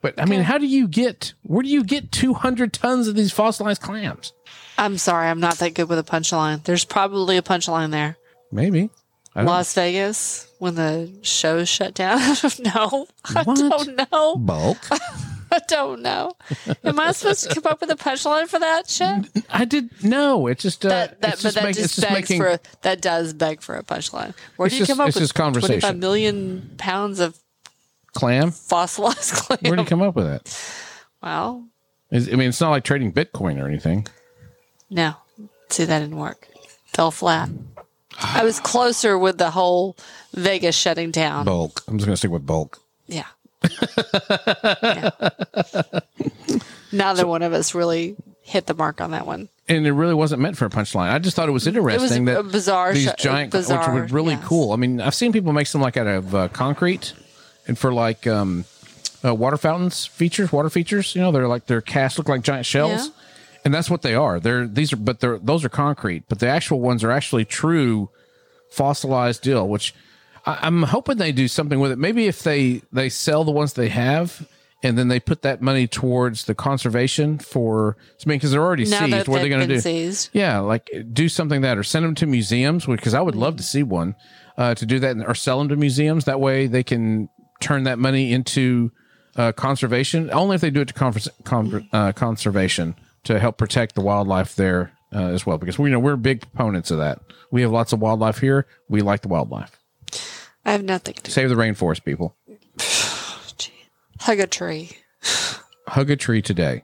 Speaker 1: But I mean, how do you get? Where do you get two hundred tons of these fossilized clams?
Speaker 2: I'm sorry, I'm not that good with a punchline. There's probably a punchline there.
Speaker 1: Maybe. I don't-
Speaker 2: Las Vegas when the show shut down. (laughs) no, I don't know.
Speaker 1: Bulk.
Speaker 2: I don't know. Am I supposed to come up with a punchline for that shit?
Speaker 1: (laughs) I did no. It's just uh,
Speaker 2: That,
Speaker 1: it's
Speaker 2: but that
Speaker 1: make-
Speaker 2: just
Speaker 1: it's
Speaker 2: begs
Speaker 1: making-
Speaker 2: for a, that does beg for a punchline. Where
Speaker 1: It's
Speaker 2: do you
Speaker 1: just-
Speaker 2: come up
Speaker 1: it's
Speaker 2: with
Speaker 1: just conversation.
Speaker 2: 25 million pounds of
Speaker 1: clam.
Speaker 2: fossilized clam?
Speaker 1: Where do you come up with that?
Speaker 2: Well,
Speaker 1: Is- I mean, it's not like trading Bitcoin or anything.
Speaker 2: no. See, that didn't work. Fell flat. I was closer with the whole Vegas shutting down.
Speaker 1: Bulk. I'm just gonna stick with bulk.
Speaker 2: Yeah. Yeah. Neither one of us really hit the mark on that one.
Speaker 1: and it really wasn't meant for a punchline. I just thought it was interesting
Speaker 2: a
Speaker 1: that
Speaker 2: bizarre
Speaker 1: these
Speaker 2: shot-
Speaker 1: giant,
Speaker 2: bizarre,
Speaker 1: which were really cool. I mean, I've seen people make some like out of uh, concrete and for like um, uh, water fountains features, water features. You know, they're like they're cast look like giant shells,
Speaker 2: Yeah.
Speaker 1: and that's what they are. They're these are, but they're those are concrete, but the actual ones are actually true fossilized deal, which I, I'm hoping they do something with it. Maybe if they they sell the ones they have. And then they put that money towards the conservation for, I mean, because they're already
Speaker 2: Now
Speaker 1: seized.
Speaker 2: that
Speaker 1: What are they
Speaker 2: they've
Speaker 1: going to
Speaker 2: been
Speaker 1: do?
Speaker 2: seized.
Speaker 1: Yeah, like do something that, or send them to museums because I would love to see one uh, to do that, or sell them to museums. That way, they can turn that money into uh, conservation. Only if they do it to confer- con- uh, conservation to help protect the wildlife there uh, as well, because we you know we're big proponents of that. We have lots of wildlife here. We like the wildlife.
Speaker 2: I have nothing.
Speaker 1: Save the rainforest, people.
Speaker 2: Hug a tree.
Speaker 1: Hug a tree today.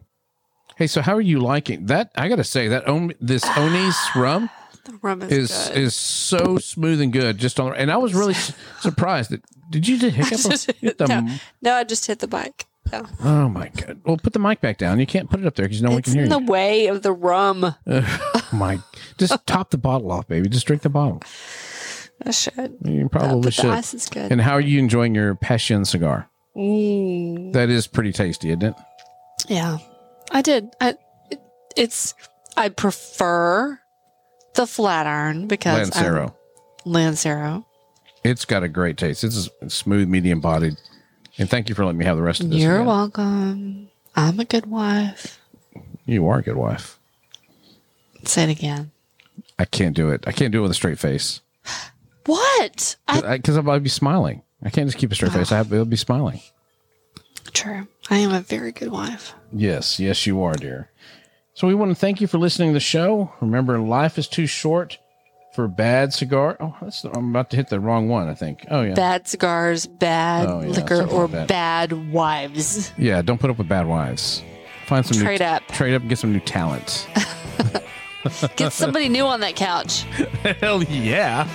Speaker 1: Hey, so how are you liking that? I gotta say that on
Speaker 2: (sighs)
Speaker 1: this Oni's rum.
Speaker 2: The rum is,
Speaker 1: is
Speaker 2: good.
Speaker 1: is so smooth and good just on the, and I was really
Speaker 2: (laughs)
Speaker 1: su- surprised that did you just hiccup
Speaker 2: Just-
Speaker 1: on- hit the,
Speaker 2: no, no, I just hit the bike. No.
Speaker 1: oh my god well put the mic back down you can't put it up there because no one
Speaker 2: It's
Speaker 1: can hear
Speaker 2: in the
Speaker 1: you
Speaker 2: way of the rum.
Speaker 1: Ugh, my
Speaker 2: (laughs)
Speaker 1: just top the bottle off baby just drink the bottle
Speaker 2: I should.
Speaker 1: you probably
Speaker 2: but the
Speaker 1: should
Speaker 2: ice is good.
Speaker 1: and how are you enjoying your passion cigar
Speaker 2: Mm.
Speaker 1: that is pretty tasty isn't it
Speaker 2: Yeah, I did. I it, it's I prefer the flat iron because I'm-
Speaker 1: Lancero
Speaker 2: Lancero.
Speaker 1: it's got a great taste it's a s- smooth medium bodied and thank you for letting me have the rest of this
Speaker 2: You're
Speaker 1: again.
Speaker 2: welcome. I'm a good wife.
Speaker 1: you are a good wife
Speaker 2: Say it again.
Speaker 1: I can't do it I can't do it with a straight face
Speaker 2: What?
Speaker 1: because I'll be smiling. I can't just keep a
Speaker 2: Ah.
Speaker 1: straight face. I have, I'll be smiling.
Speaker 2: True. I am a very good wife.
Speaker 1: Yes, yes, you are, dear. So we want to thank you for listening to the show. Remember, life is too short for bad cigar. Oh, that's the, I'm about to hit the wrong one. I think. Oh yeah.
Speaker 2: Bad cigars, bad
Speaker 1: Oh, yeah,
Speaker 2: liquor,
Speaker 1: something
Speaker 2: or
Speaker 1: like that.
Speaker 2: bad wives.
Speaker 1: Yeah. Don't put up with bad wives. Find some new- (laughs)
Speaker 2: Trade up.
Speaker 1: Trade up. and Get some new talents.
Speaker 2: Get somebody new on that couch.
Speaker 1: Hell yeah.